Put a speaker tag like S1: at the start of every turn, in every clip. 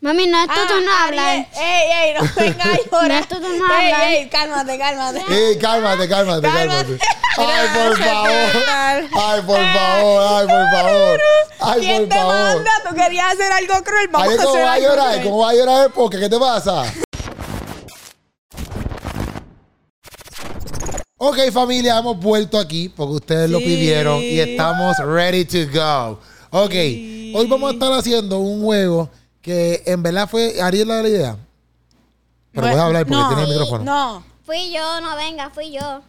S1: Mami, no, estos
S2: Ah,
S1: no
S2: Ariel,
S1: hablan.
S2: Ey, ey, no vengas a llorar.
S1: estos no hablan.
S2: Ey, ey, cálmate, cálmate.
S3: Ey, Eh, cálmate, cálmate,
S2: Cálmate.
S3: cálmate. Ay, por
S2: Se
S3: favor.
S2: calman.
S3: Ay, por favor, ay, por favor. Ay,
S2: ¿Quién
S3: por
S2: te
S3: favor.
S2: manda? Tú querías hacer algo cruel. Vamos
S3: Ay,
S2: a
S3: ¿cómo
S2: hacer
S3: va a
S2: algo
S3: llorar?
S2: cruel.
S3: ¿Cómo va a llorar? ¿Por qué? ¿Qué te pasa? Ok, familia, hemos vuelto aquí porque ustedes lo
S2: Sí.
S3: pidieron y estamos ready to go. Ok, hoy vamos a estar haciendo un juego que en verdad fue Ariel la de la idea. Pero
S2: Bueno,
S3: voy a hablar porque
S2: no,
S3: tiene el micrófono.
S2: No,
S1: Fui yo, no venga, fui yo.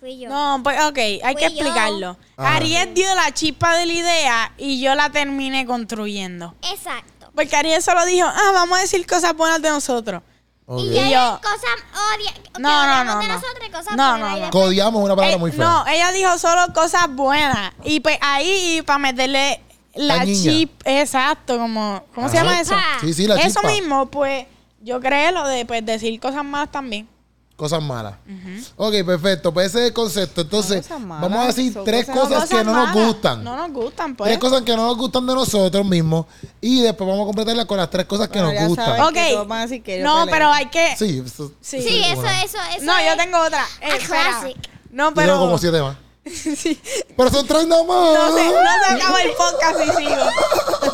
S1: Fui yo.
S2: no, pues ok, hay que
S1: Fui yo.
S2: explicarlo.
S3: Ajá.
S2: Ariel dio la chispa de la idea y yo la terminé construyendo.
S1: Exacto.
S2: Porque Ariel solo dijo, ah, vamos a decir cosas buenas de nosotros.
S3: Ok.
S1: Y ella
S2: yo-
S1: cosas odia. que
S2: No, no,
S1: hablamos
S2: no,
S1: de
S2: no.
S1: nosotros y cosas
S2: No,
S1: por el
S2: no,
S1: aire.
S2: no.
S3: Codiamos una palabra
S2: Eh,
S3: muy fea.
S2: No, ella dijo solo cosas buenas. Y pues ahí, para meterle la
S3: Dañiña.
S2: chip, exacto, como, ¿cómo se
S3: Ajá.
S2: llama eso?
S1: Ah,
S3: Sí, sí, la
S2: eso
S3: chispa.
S2: mismo, pues yo creé lo de pues, decir cosas malas también.
S3: Cosas malas. Ok, perfecto. Pues ese es el concepto. Entonces,
S2: Son cosas malas,
S3: vamos a decir
S2: son
S3: tres cosas, que no nos
S2: malas.
S3: gustan.
S2: No nos gustan, pues.
S3: Tres cosas que no nos gustan de nosotros mismos. Y después vamos a completarlas con las tres cosas que
S4: Bueno, ya
S3: nos gustan.
S4: saben.
S2: Ok.
S4: que todos van a decir que yo
S2: no,
S4: peleo.
S2: pero hay que.
S3: Sí, eso,
S2: Sí.
S1: Sí, eso,
S3: bueno.
S1: eso, eso.
S2: no, yo
S1: es-
S2: tengo otra. Eh,
S1: A
S2: espera.
S1: classic.
S2: No,
S3: Yo
S2: pero.
S3: tengo como siete más.
S2: Sí.
S3: Pero son tres nada más.
S2: No se, no se acaba el podcast y sigo.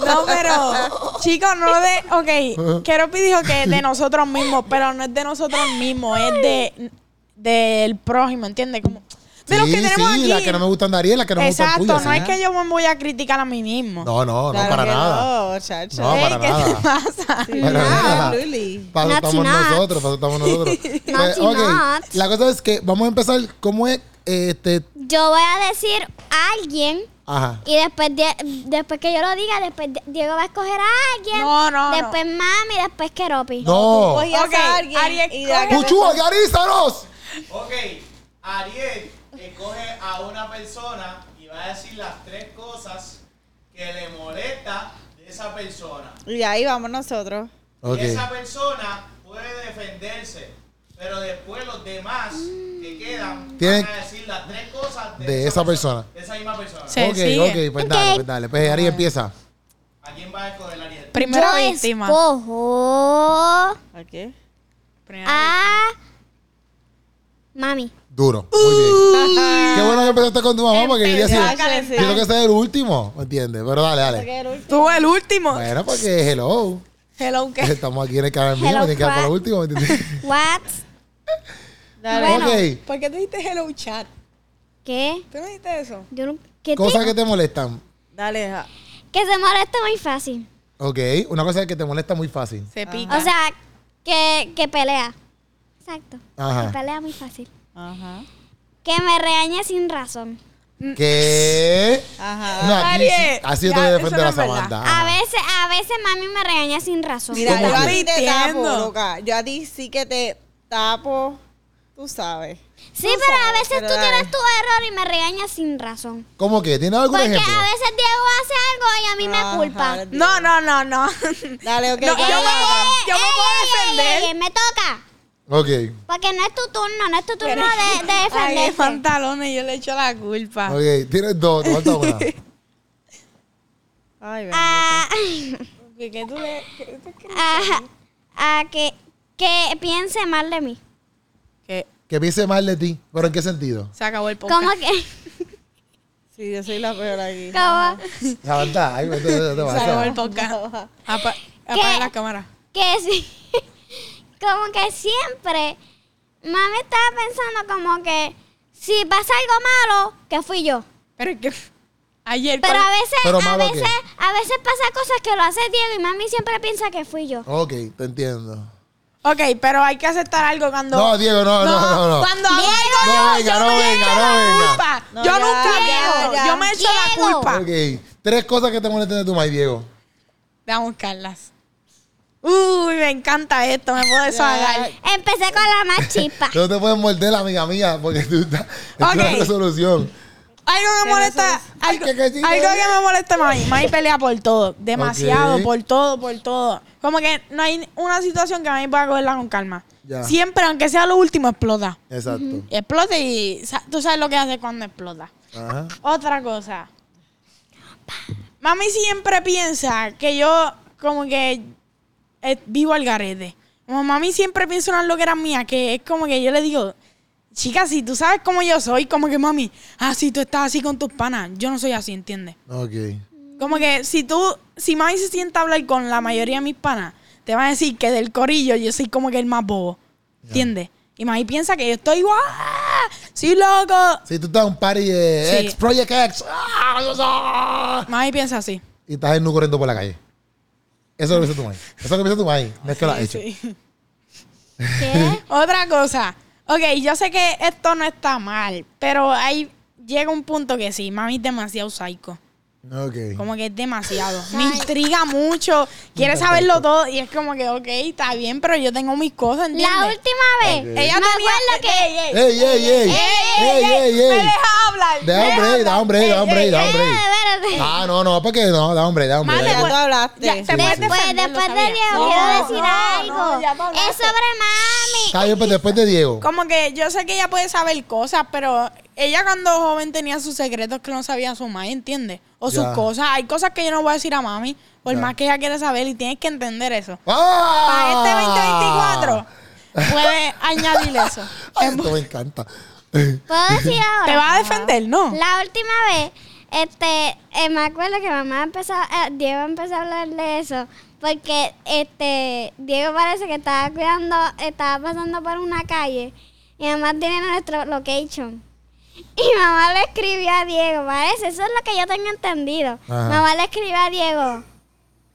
S2: No, pero, chicos, no de. Ok, Keropi dijo que es de nosotros mismos, pero no es de nosotros mismos, es de del prójimo, ¿entiendes? Como, de los
S3: sí,
S2: que tenemos
S3: sí,
S2: aquí.
S3: las que no me gustan de Ariel, las que no me
S2: Exacto,
S3: gustan
S2: no
S3: tuyas. ¿eh?
S2: es que yo me voy a criticar a mí mismo.
S3: No, no, no,
S4: Claro
S3: para
S4: que
S3: nada.
S4: No, chacho.
S3: No,
S2: Ey,
S3: para
S2: ¿Qué
S3: nada.
S2: te pasa?
S4: Sí,
S3: Para
S4: ah,
S3: nada.
S4: really.
S3: Para eso
S1: Nazi
S3: estamos
S1: Nats.
S3: nosotros, para eso estamos nosotros. Pues,
S1: Nazi
S3: ok,
S1: Nats.
S3: la cosa es que vamos a empezar. ¿Cómo es? Este,
S1: Yo voy a decir a alguien
S3: ajá.
S1: y después de- después que yo lo diga, después de- Diego va a escoger a alguien.
S2: No, no, no.
S1: Después mami, después Keropi.
S3: No.
S4: Cogías
S2: Ok,
S4: a alguien
S2: Ariel,
S4: y de la que-
S3: ¡Puchu, agarízanos!
S5: Ok, Ariel escoge a una persona y va a decir las tres cosas que le molesta de esa persona.
S4: Y ahí vamos nosotros.
S3: Ok.
S5: Esa persona puede defenderse, pero después los demás que quedan
S3: Tienen-
S5: van a decir las tres cosas
S3: de esa persona.
S5: De esa misma persona.
S2: Sí. Se
S3: ok,
S2: sigue.
S3: ok, pues
S1: Ok.
S3: dale, pues dale. Pues Ariel empieza.
S5: ¿A quién va a escoger Ariel?
S2: Primera
S1: yo
S2: víctima.
S1: escojo
S4: ¿A qué?
S2: Primera-
S1: a mami.
S3: Duro. Muy bien. Qué bueno que empezaste con tu mamá porque quería decir.
S2: Empezó a calentar.
S3: Yo creo que ese es el último, ¿me entiendes? Pero dale, dale.
S2: Tú, el último.
S3: Bueno, porque hello.
S2: Hello, ¿qué?
S3: Estamos aquí en el canal mío, me
S1: Hello,
S3: tienen que dar para lo
S1: crack.
S3: último, ¿me entiendes?
S1: What?
S4: Dale.
S1: Bueno.
S3: ok,
S2: ¿Por qué tú dijiste hello chat?
S1: ¿Qué?
S2: ¿Tú no dijiste eso?
S1: Yo no- ¿Qué
S3: cosas
S1: te-
S3: que te molestan.
S4: Dale, ja.
S1: que se molesta muy fácil.
S3: Ok, una cosa que te molesta muy fácil.
S2: Se pica.
S1: O sea, que, que pelea. Exacto.
S3: Ajá.
S1: Que pelea muy fácil.
S4: Ajá.
S1: Que me regañe sin razón.
S3: ¿Qué?
S4: Ajá.
S3: No, aquí
S2: Ariel,
S3: sí- así yo te
S2: ya,
S3: voy a
S2: eso
S3: defender
S2: no
S3: a
S2: es verdad.
S3: Samantha.
S1: A
S3: ajá.
S1: veces, a veces mami me regaña sin razón.
S4: Mira,
S3: ¿Cómo
S4: yo a
S3: que?
S4: ti te
S2: Mintiendo.
S4: tapo, loca. Yo a ti sí que te tapo. Tú sabes.
S1: sí, pero a
S4: sabes,
S1: veces
S4: pero
S1: tú
S4: dale.
S1: tienes tu error y me regañas sin razón.
S3: ¿Cómo que? ¿Tiene algún
S1: Porque a
S3: ejemplo?
S1: veces Diego hace algo y a mí
S4: Ajá,
S1: me culpa.
S4: dale.
S2: No, no, no, no.
S4: Dale, ok.
S2: No, yo
S4: dale,
S2: me
S4: dale.
S2: puedo- yo me puedo
S1: Ey, ey, ey,
S2: defender.
S1: ey, me toca.
S3: Ok,
S1: Porque no es tu turno, no es tu turno de, de
S2: Ay, qué
S1: defenderte.
S2: pantalones, yo le echo la culpa.
S3: ok, tienes dos, te falta una.
S4: Ay, ven.
S1: Ah,
S2: ¿Qué, qué tú le- qué- qué-
S1: a, a Ah, que, que piense mal de mí.
S2: qué?
S3: Que piense mal de ti, pero ¿en qué sentido?
S2: Se acabó el podcast.
S1: Como que,
S4: Sí, yo soy la peor aquí.
S1: como
S3: Samantha, ay, vete, vete, te
S2: Se acabó
S3: vas.
S2: el podcast. Apa- apaga la cámara.
S1: que sí, como que siempre mami estaba pensando como que si pasa algo malo, que fui yo.
S2: Pero es que ayer
S1: Pero a
S2: con-
S1: veces,
S3: ¿Pero
S1: a
S3: malo qué?
S1: veces, a veces pasa cosas que lo hace Diego y mami siempre piensa que fui yo.
S3: Ok, te entiendo.
S2: Ok, pero hay que aceptar algo cuando...
S3: No, Diego, no, no, no, no.
S2: Cuando hago
S1: Diego,
S2: algo
S3: No
S2: yo,
S3: venga,
S2: yo
S3: no
S2: me
S3: venga,
S2: echo
S3: no
S2: la
S3: venga.
S2: culpa.
S4: No,
S2: yo
S4: ya,
S2: nunca
S4: ya,
S2: miento.
S4: ya.
S2: Yo me echo
S1: Diego.
S2: la culpa.
S3: Ok, tres cosas que te molestan de tu mamá, Diego.
S2: Vamos a buscarlas. Uy, me encanta esto, me puedo desahogar.
S1: Empecé con la más chispa.
S3: Tú no te puedes morder la amiga mía porque tú estás en
S2: Ok.
S3: resolución.
S2: Algo que me molesta,
S3: Ay,
S2: algo,
S3: qué cachito.
S2: algo que me molesta Mami. Mami pelea por todo, demasiado,
S3: Ok.
S2: por todo, por todo. Como que no hay una situación que Mami pueda cogerla con calma.
S3: Ya.
S2: Siempre, aunque sea lo último, explota.
S3: Exacto.
S2: Explota y sa- tú sabes lo que hace cuando explota.
S3: Ajá.
S2: Otra cosa. Mami siempre piensa que yo, como que eh, vivo al garete. Como mami siempre piensa una loquera mía, que es como que yo le digo, chica, si tú sabes cómo yo soy, como que mami, ah, si tú estás así con tus panas, yo no soy así, ¿entiendes?
S3: Ok.
S2: Como que si tú, si mami se sienta a hablar con la mayoría de mis panas, te van a decir que del corillo yo soy como que el más bobo. ¿Entiendes? Y mami piensa que yo estoy igual. ¡Sí, loco!
S3: Si tú estás en un party de
S2: Sí.
S3: X, Project X, ¡ah! Dios, ¡ah!
S2: Mami piensa así.
S3: y estás en nu corriendo por la calle. Eso es lo que piensa tu mãe. Eso es lo que piensa tu mãe. No es que lo has hecho.
S2: Sí.
S1: ¿Qué?
S2: Otra cosa. Ok, yo sé que esto no está mal, pero ahí llega un punto que sí, mami es demasiado psycho.
S3: Ok.
S2: Como que es demasiado. Me intriga mucho, quiere saberlo todo y es como que, ok, está bien, pero yo tengo mis cosas, ¿entiendes?
S1: La última vez.
S3: Ok.
S2: Ella
S1: me
S2: tenía-
S1: acuerdo que.
S2: Ey, ey,
S3: ¡Ey, ey, ey! ¡Ey, ey,
S2: me
S3: ey!
S2: deja hablar. me
S3: Da
S2: deja
S3: hombre, da
S2: hablar.
S3: hombre, da
S2: Ey,
S3: hombre,
S2: ey,
S3: da
S2: ey.
S3: hombre.
S1: Eh, Espérate, espérate.
S3: Ah, no, no, porque no, da hombre, da hombre.
S2: Madre,
S3: da
S4: Ya
S3: hombre.
S4: tú
S2: Ya,
S3: Ah,
S4: hablaste.
S2: te puedes
S1: Después,
S2: defender,
S1: Pues después
S2: lo
S1: de
S2: sabía.
S1: Diego,
S2: No,
S1: quiero decir
S2: no, no,
S1: algo.
S2: ya tú hablaste.
S1: es sobre
S3: Está bien, pues después de Diego.
S2: Como que yo sé que ella puede saber cosas, pero ella cuando joven tenía sus secretos que no sabía su madre, ¿entiendes? O sus
S3: Ya.
S2: cosas. Hay cosas que yo no voy a decir a mami, por
S3: Ya.
S2: más que ella quiera saber y tienes que entender eso. este
S3: ¡Ah!
S2: Para este 2024 puedes añadir eso.
S3: Ay, esto me encanta.
S1: mami. ¿Puedo decir ahora?
S2: Te va a defender, ¿no?
S1: La última vez, este, eh, me acuerdo que mamá empezó, eh, Diego empezó a hablar de eso, porque este, Diego parece que estaba cuidando, estaba pasando por una calle, y mamá tiene nuestro location. Y mamá le escribió a Diego, parece, eso es lo que yo tengo entendido.
S3: Ajá.
S1: Mamá le escribió a Diego,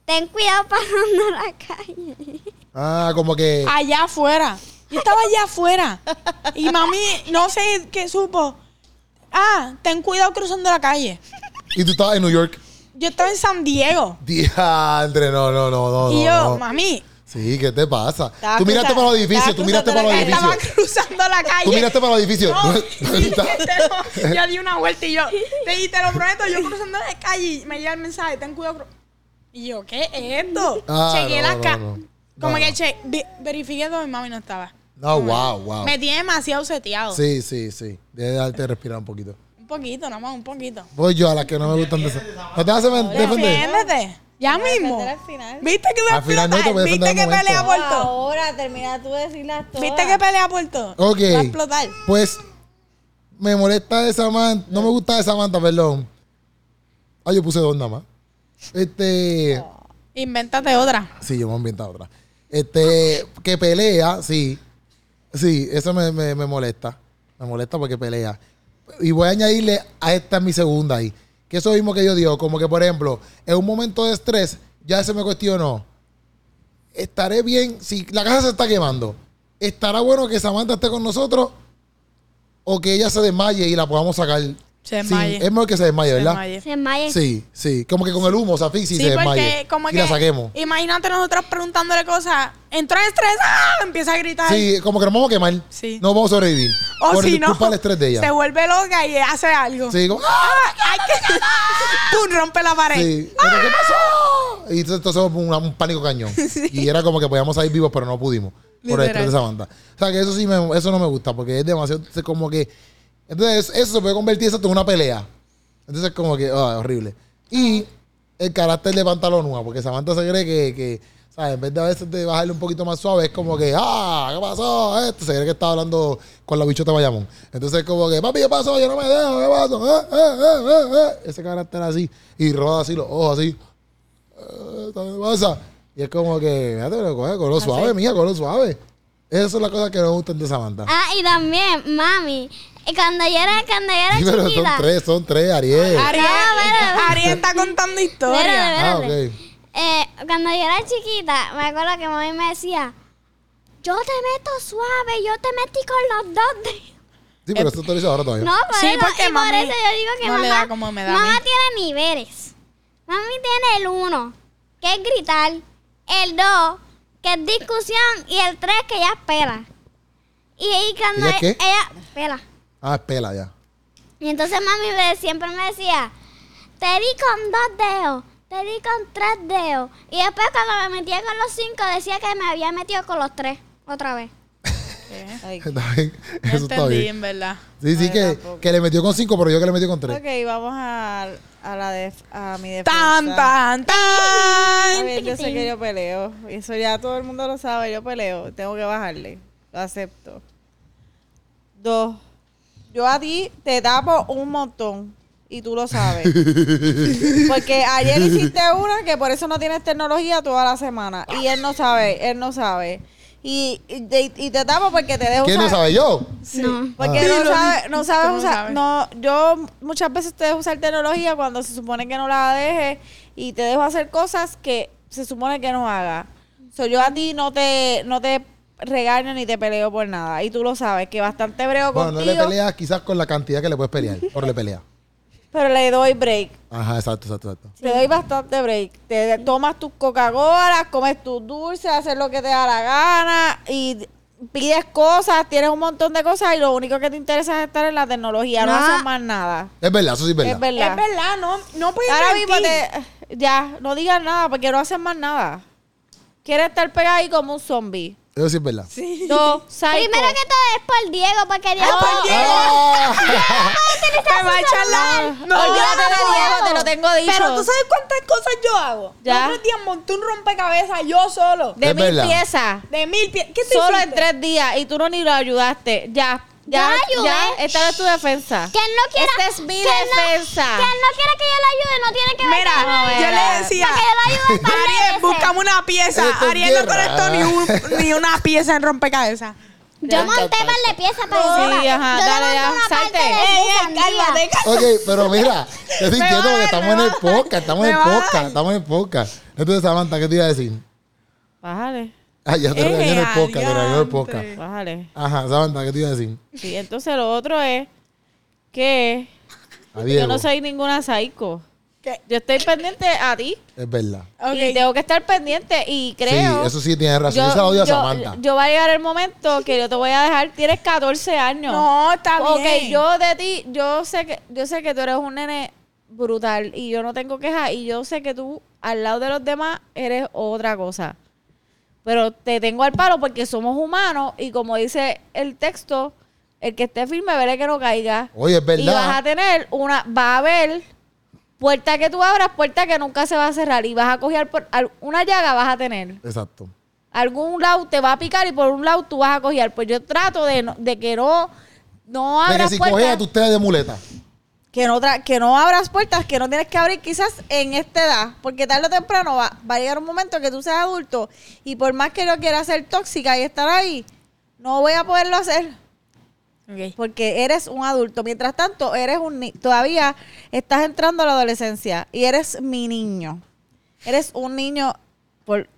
S1: ten cuidado pasando la calle.
S3: Ah, como que.
S2: Allá afuera. Yo estaba allá afuera. Y mami, no sé qué supo. Ah, ten cuidado cruzando la calle.
S3: Y tú estabas en New York.
S2: Yo estaba en San Diego.
S3: Diantre, no, no, no, no.
S2: y
S3: no,
S2: yo,
S3: no.
S2: mami,
S3: Sí, ¿qué te pasa?
S4: Estaba
S3: Tú miraste
S4: cruzando-
S3: para los edificios,
S4: estaba
S3: tú miraste para
S4: cruzando
S2: estaba cruzando
S3: los edificios.
S4: la calle.
S2: la calle.
S3: Tú miraste para los edificios.
S2: No, sí, te lo- yo di una vuelta y yo, te, y te lo prometo, yo cruzando la calle y me llega el mensaje, ten cuidado. cru-". Y yo, ¿qué es esto?
S3: Ah,
S2: Chequé
S3: no,
S2: la
S3: no,
S2: ca-
S3: no.
S2: Como
S3: No.
S2: que che, ve- verifiqué todo y mami no estaba.
S3: No, wow, wow.
S2: Me tiene demasiado seteado.
S3: Ah. Sí, sí, sí. Debe darte respirar un poquito.
S2: Un poquito, nada más, un poquito.
S3: Voy yo a las que no me gustan de esas. ¿No te vas a defender?
S2: Defiéndete. Ya mismo.
S4: defender al final.
S2: ¿Viste que iba a
S3: Al final no te
S2: explotar?
S3: voy a
S2: ¿Viste
S3: defender
S2: que
S3: al momento.
S2: pelea por todo?
S4: Ahora termina tú de decirlas todas.
S2: ¿Viste que pelea por todo?
S3: Ok.
S2: Va a explotar.
S3: Pues me molesta de Samantha. No me gusta de Samantha, perdón. Ah, yo puse dos nada más. Este.
S2: Invéntate otra.
S3: Sí, yo me he inventado otra. Este, que pelea, sí. Sí, eso me, me- me molesta. Me molesta porque pelea. Y voy a añadirle a esta mi segunda ahí. Que eso mismo que yo digo, como que por ejemplo, en un momento de estrés, ya se me cuestionó. Estaré bien si la casa se está quemando. ¿Estará bueno que Samantha esté con nosotros? O que ella se desmaye y la podamos sacar.
S2: Se
S3: sin-
S2: desmaye.
S3: es mejor que se desmaye, ¿verdad?
S2: Desmaye.
S1: Se desmaya.
S3: Sí, sí. Como que con el humo, se asfixie y se desmaye.
S2: como
S3: y
S2: que
S3: la saquemos.
S2: Imagínate nosotros preguntándole cosas. Entró en estrés, ¡ah! empieza a gritar.
S3: Sí, como que nos vamos a quemar.
S2: Sí.
S3: No vamos a sobrevivir.
S2: o
S3: por
S2: si
S3: culpa
S2: no,
S3: del estrés de ella.
S2: se vuelve loca y hace algo.
S3: Sí, como, ¡ah!
S2: ¡Ah! Ay, que- ¡Pum! Rompe la pared.
S3: Sí. Pero, ¿Qué pasó? Y entonces entonces un, un pánico cañón. Y era como que podíamos salir vivos, pero no pudimos. Por el
S2: Literal.
S3: estrés de esa banda. O sea, que eso sí, me- eso no me gusta, porque es demasiado, es como que... Entonces, eso se puede convertir eso en una pelea. Entonces, como que, ah, horrible. Y el carácter de Pantalonúa, porque Samantha se cree que, que, ¿sabes? En vez de a veces de bajarle un poquito más suave, es como que, ah, ¿qué pasó? Esto se cree que estaba hablando con la bichota de Bayamón. Entonces, como que, papi, ¿qué pasó? Yo no me dejo, ¿qué pasó? Eh, eh, eh, eh, eh. Ese carácter así. Y roda así los ojos, así. Eh, ¿Qué pasa? Y es como que, fíjate, pero coge con lo suave, mija, con lo suave. Esas son las cosas que no me gustan de Samantha.
S1: Ah, y también, mami, eh, cuando yo era, cuando yo era
S3: Sí, pero son
S1: chiquita.
S3: tres, son tres, Ariel.
S2: Ariel,
S1: No,
S2: Ariel está contando historias.
S1: Espérate,
S3: Ah,
S1: espérate.
S3: ok.
S1: Eh, cuando yo era chiquita, me acuerdo que mami me decía, yo te meto suave, yo te metí con los dos dedos".
S3: Sí, pero eso te lo hice ahora todavía.
S1: No, por
S2: Sí,
S1: eso,
S2: porque
S1: y por
S2: mami
S1: eso yo digo que
S2: no
S1: mamá,
S2: le da como me da a
S1: mamá
S2: mí.
S1: tiene niveles. Mami tiene el uno, que es gritar, el dos, que es discusión, y el tres, que ella espera. Y, y cuando
S3: ¿Ella qué?
S1: ella pela.
S3: Ah, es pela ya.
S1: Y entonces mami me- siempre me decía, te di con dos dedos, te di con tres dedos. Y después cuando me metía con los cinco decía que me había metido con los tres, otra vez.
S4: Ay,
S3: Está bien.
S2: No
S3: Eso está
S2: entendí,
S3: bien.
S2: en verdad.
S3: Sí, sí, que, que le metió con cinco, pero yo que le metí con tres.
S4: ok, vamos a, a la def- a mi defensa.
S2: Tan, tan,
S4: A
S2: tan.
S4: ver, yo sé que yo peleo. Eso ya todo el mundo lo sabe. Yo peleo. Tengo que bajarle. Lo acepto. Dos. Yo a ti te tapo un montón. Y tú lo sabes. Porque ayer hiciste una que por eso no tienes tecnología toda la semana. Y él no sabe. Él no sabe. Y, y, te- y te tapo porque te dejo
S3: ¿Quién no
S4: usar-
S3: sabe yo?
S1: No.
S4: porque
S2: Ah. Sí,
S4: no,
S2: lo-
S4: sabe, no sabes
S2: ¿cómo
S4: usar.
S2: sabes?
S4: No, yo muchas veces te dejo usar tecnología cuando se supone que no la deje y te dejo hacer cosas que se supone que no haga. So, yo a ti no te, no te regaño ni te peleo por nada. Y tú lo sabes, que bastante breo
S3: Bueno, no
S4: contigo,
S3: le peleas quizás con la cantidad que le puedes pelear. Pero le peleas.
S4: pero le doy break.
S3: Ajá, exacto, exacto, exacto.
S4: Te doy bastante break. Te tomas tus Coca-Cola, comes tus dulces, haces lo que te da la gana y pides cosas, tienes un montón de cosas y lo único que te interesa es estar en la tecnología, no,
S2: No.
S4: haces más nada.
S3: Es verdad, eso sí es verdad.
S4: Es verdad.
S2: Es verdad, no, no puedes
S4: Ahora mismo
S2: mentir.
S4: te- ya, no digas nada porque no haces más nada. Quieres estar pegado ahí como un zombie.
S3: Eso sí es verdad.
S4: Dos, psycho. Oh.
S1: Primero que todo es por Diego, porque Diego.
S3: ¡Ah!
S2: Me va a echar la...
S4: No, olvídate de
S2: hago.
S4: Diego, te lo tengo dicho.
S2: Pero tú sabes cuántas cosas yo hago.
S4: Ya.
S2: Los otros días monté un rompecabezas yo solo.
S4: de
S3: Es
S4: mil
S3: verdad.
S4: piezas.
S2: De mil pies. ¿Qué te
S4: Solo en
S2: hiciste?
S4: tres días y tú no ni lo ayudaste. Ya. Ya,
S1: Yo ayudé.
S4: ya, esta es tu defensa.
S1: Que él no quiera.
S4: Esta es mi
S1: que él no-
S4: defensa.
S1: que él no quiera que yo le ayude, no tiene que ver
S2: Mira,
S1: con nada.
S2: yo
S4: era.
S2: le decía.
S1: Para que yo le ayude para
S2: Ariel, búscame una pieza.
S3: Esto es
S2: Ariel no conectó ni,
S3: guerra.
S2: un- ni una pieza en rompecabezas.
S1: Yo monté par de piezas para
S4: No,
S1: encima.
S4: sí, ajá,
S1: yo le
S4: dale,
S1: monté
S4: ya,
S1: una parte
S4: salte.
S1: de
S4: Ey,
S1: sandía.
S3: ok, pero mira, yo estoy
S2: Me
S3: diciendo
S2: va,
S3: que estamos en
S2: me
S3: el
S2: va.
S3: podcast, estamos
S2: Me
S3: en el
S2: va.
S3: podcast, estamos en el podcast. Entonces, Samantha, ¿qué te iba a decir?
S4: Bájale,
S3: Ah, ya te
S2: Eh,
S3: regañé en el podcast, te regañé en el
S2: adiante.
S3: podcast.
S4: bájale.
S3: Ajá, Samantha, ¿qué te iba a decir?
S4: Sí, entonces lo otro es que
S3: A Diego.
S4: yo no soy ninguna psycho.
S2: ¿Qué?
S4: Yo estoy pendiente a ti.
S3: Es verdad.
S4: Y tengo que estar pendiente y creo.
S3: Sí, eso sí tienes razón. Yo, se la odio a Samantha.
S4: yo va a llegar el momento que yo te voy a dejar. Tienes 14 años.
S2: No, está
S4: Ok,
S2: bien.
S4: yo de ti, yo sé que yo sé que tú eres un nene brutal y yo no tengo quejas y yo sé que tú al lado de los demás eres otra cosa. Pero te tengo al palo porque somos humanos y como dice el texto, el que esté firme veré que no caiga.
S3: Oye, es
S4: Y vas a
S3: verdad.
S4: tener una, va a haber puerta que tú abras, puerta que nunca se va a cerrar y vas a coger por al- una llaga vas a tener.
S3: Exacto.
S4: Algún lado te va a picar y por un lado tú vas a coger. Pues yo trato de, no- de que no, no
S3: De que
S4: abras
S3: si
S4: puertas.
S3: coges a tu ustedes de muleta.
S4: Que no, tra- que no abras puertas que no tienes que abrir quizás en esta edad, porque tarde o temprano va, va a llegar un momento que tú seas adulto y por más que yo quiera ser tóxica y estar ahí, no voy a poderlo hacer porque eres un adulto. Mientras tanto, eres un ni- todavía estás entrando a la adolescencia y eres mi niño. Eres un niño por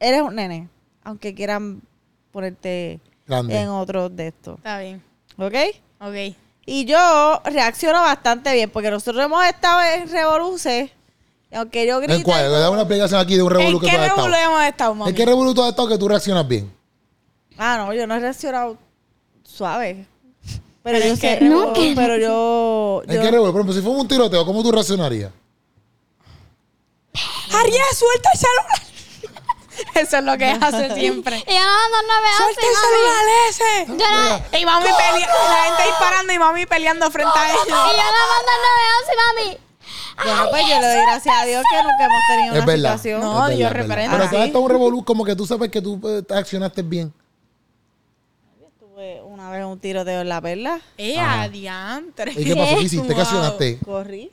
S4: eres un nene, aunque quieran ponerte
S3: Grande.
S4: en otro de estos,
S2: Está bien.
S4: ¿ok?
S2: Ok.
S4: Y yo reacciono bastante bien, porque nosotros hemos estado en revoluces, y aunque yo grito...
S3: ¿En cuál? Le da una explicación aquí de un
S2: ¿En
S3: revolú que
S2: qué
S3: tú has
S2: revolú
S3: estado.
S2: hemos estado, mami?
S3: ¿En qué revolú tú has estado que tú reaccionas bien?
S4: Ah, no, yo no he reaccionado suave. Pero,
S2: ¿Pero
S4: yo
S2: en qué
S4: sé,
S2: revolú?
S4: pero yo...
S3: ¿En
S4: yo-
S3: qué revolú? Por ejemplo, si fue un tiroteo, ¿cómo tú reaccionarías?
S2: Ariel, suelta el celular. Eso es lo que hace siempre.
S1: Y yo no, no, no me
S2: ¡Suelta
S1: hace,
S2: el
S1: mami.
S2: celular ese!
S1: Yo no-
S2: Y mami peleando, la gente disparando y mami peleando frente a
S1: Y yo
S2: ellos.
S1: no mando el 911, mami.
S4: Bueno, pues yo le doy gracias a Dios que nunca hemos tenido
S3: Es
S4: una
S3: verdad.
S4: situación.
S2: No, Dios
S3: es verdad, es verdad.
S2: reprenda,
S3: Pero tú has
S2: sí.
S3: estado en un revolú como que tú sabes que tú eh, accionaste bien.
S4: Tuve una vez un tiroteo en la perla,
S2: ¡Eh, adiantre!
S3: ¿Y qué pasó? ¿Qué hiciste? ¿Qué
S2: Wow.
S3: accionaste?
S4: corrí,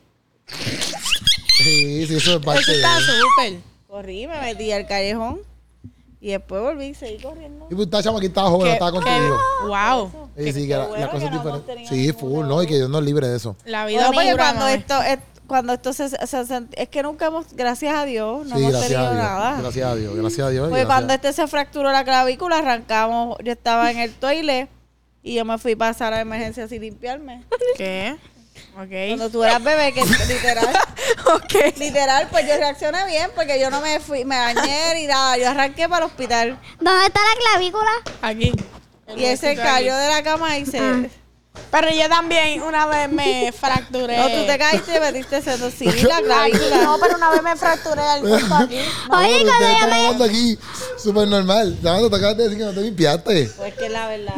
S3: Sí, sí, eso es parte
S2: Eso
S3: de...
S2: está súper.
S4: corrí, me metí al callejón y después volví y seguí corriendo.
S3: Y pues esta chama aquí estaba joven, estaba contigo.
S2: ¡Wow!
S3: Sí, sí, que la, la
S4: bueno
S3: cosa es
S4: que no hemos
S3: diferente.
S4: tenido
S3: Sí, full, ¿no? Y que Dios nos libre de eso.
S2: La vida
S4: Bueno, porque
S2: me
S4: cuando esto, es- cuando esto se, se- se- es que nunca hemos, gracias a Dios, no
S3: sí,
S4: hemos
S3: gracias
S4: tenido
S3: a Dios.
S4: nada.
S3: Gracias a Dios, gracias a Dios. y
S4: Pues
S3: gracias-
S4: cuando este se fracturó la clavícula, arrancamos, yo estaba en el toile y yo me fui a pasar a emergencia sin limpiarme.
S2: ¿Qué? Ok.
S4: Cuando tú eras bebé, que literal...
S2: Ok.
S4: Literal, pues yo reaccioné bien porque yo no me fui, me dañé y nada, yo arranqué para el hospital.
S1: ¿Dónde está la clavícula?
S2: Aquí.
S4: Y él se cayó de la cama y se...
S2: Pero yo también una vez me fracturé.
S4: Ah. No, tú te caíste y metiste sedo. Sí, la clavícula.
S2: No, pero una vez me fracturé el gusto aquí.
S3: No,
S1: Oye,
S3: pero
S1: cuando
S3: ustedes
S1: yo
S3: están
S1: me-
S3: hablando aquí súper normal. Samantha, te acabas de decir que no te limpiaste.
S4: Pues que la verdad.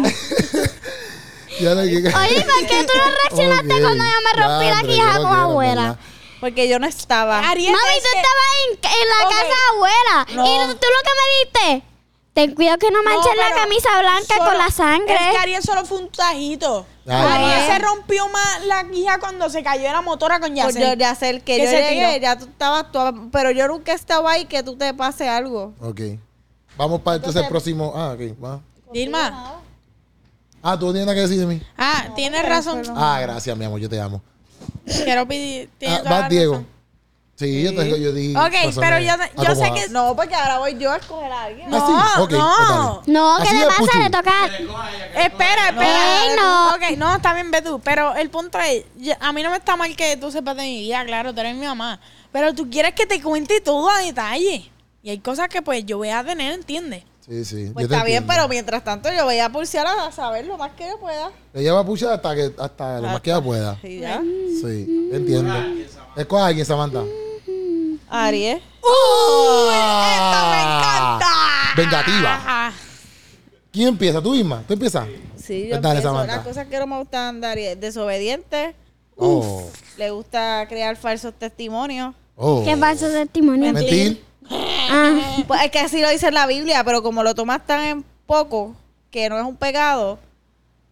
S3: Ya la que...
S1: Oye, ¿por qué tú no reaccionaste
S3: Ok.
S1: cuando yo me rompí
S3: Ya,
S1: la
S3: André,
S1: quija
S3: yo no quiero,
S1: con
S3: pues,
S1: abuela?
S3: ¿verdad?
S4: Porque yo no estaba.
S2: Ariel
S1: Mami,
S2: es
S1: tú
S2: que-
S1: estabas en, en la
S2: Ok.
S1: casa de abuela.
S4: No.
S1: Y tú lo que me diste. Ten cuidado que no
S2: No,
S1: manches la
S2: pero
S1: camisa blanca
S2: solo-
S1: con la sangre.
S2: Es que Ariel solo fue un tajito.
S3: Ay,
S2: Ariel
S1: ay.
S2: se rompió más la guija cuando se cayó de la motora con
S4: Pues
S2: Yacel.
S4: yo ya sé el que,
S2: Que
S4: yo
S2: se
S4: llegué,
S2: tiró.
S4: ya tú estabas, tú- pero yo nunca estaba ahí que tú te pase algo.
S3: Ok. Vamos para entonces el próximo. Ah, ok. Va.
S2: Dilma.
S3: Ah, tú no tienes nada que decir de mí.
S2: Ah, tienes razón.
S3: Ah, gracias, mi amor. Yo te amo.
S2: Quiero pedir. tienes
S3: Ah,
S2: toda la
S3: va, Diego.
S2: razón.
S3: Sí, yo te yo dije.
S2: Ok,
S3: personas
S2: pero yo- yo sé que-
S4: No, porque ahora voy yo a escoger a alguien.
S2: No,
S3: Ah, sí, ok,
S2: no.
S3: pues dale.
S1: no,
S3: Así
S1: ¿qué le
S3: de
S1: pasa?
S3: puchu.
S1: Le toca.
S5: Que le coja ella, que le
S2: Espera,
S5: coja ella.
S2: espera.
S1: Ey, no.
S2: Ok, no, está bien, ve tú. Pero el punto es, ya- a mí no me está mal que tú sepas de mi vida, claro, tú eres mi mamá. Pero tú quieres que te cuente todo a detalle. Y hay cosas que pues yo voy a tener, ¿entiendes?
S3: Sí, sí.
S4: Pues
S3: yo te
S4: está bien,
S3: entiendo.
S4: pero mientras tanto yo voy a pulsear a saber lo más que yo pueda.
S3: Ella va a puchar hasta, que, hasta lo más que ella pueda.
S2: Ah,
S4: Sí, ya.
S3: Sí, entiendo. Es con alguien, Samantha.
S4: Aries.
S3: ¡Ah! Vengativa.
S2: Ajá.
S3: ¿Quién empieza? ¿Tú misma? ¿Tú empiezas?
S4: Sí,
S3: Pues
S4: yo
S3: dale,
S4: pienso,
S3: Samantha.
S4: las cosas que no me gustan de Aries, desobediente,
S3: Oh.
S4: le gusta crear falsos testimonios.
S3: Oh.
S1: ¿Qué falso testimonio?
S3: Mentir.
S1: Ah,
S4: Pues es que así lo dice en la Biblia, pero como lo tomas tan en poco, que no es un pecado,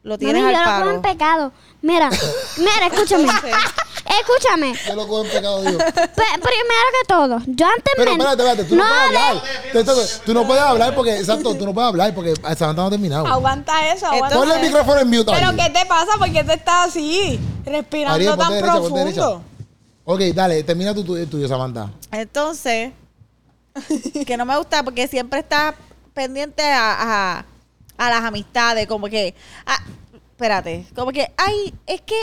S4: lo tienes
S1: mami, yo
S4: al
S1: lo cojo en
S4: palo.
S1: pecado. Mira, mira, escúchame. escúchame.
S3: Yo lo cojo en pecado, Dios.
S1: Pe- primero que todo, yo antes
S3: Pero
S1: men-
S3: espérate, espérate, tú no,
S1: No,
S3: puedes
S1: de-
S3: hablar. Tú- tú- Tú no puedes hablar porque, exacto, tú no puedes hablar porque Samantha no ha terminado.
S2: Aguanta eso, aguanta.
S3: Ponle el micrófono en mute.
S2: Pero
S3: Ariel.
S2: ¿qué te pasa? ¿Por qué te estás así? Respirando
S3: Ariel, ponte
S2: tan
S3: derecha, ponte
S2: profundo.
S3: derecha. Ok, dale, termina tu tu- el tuyo, Samantha.
S4: Entonces, que no me gusta porque siempre está pendiente a, a- a las amistades, como que, ah, espérate, como que, ay, es que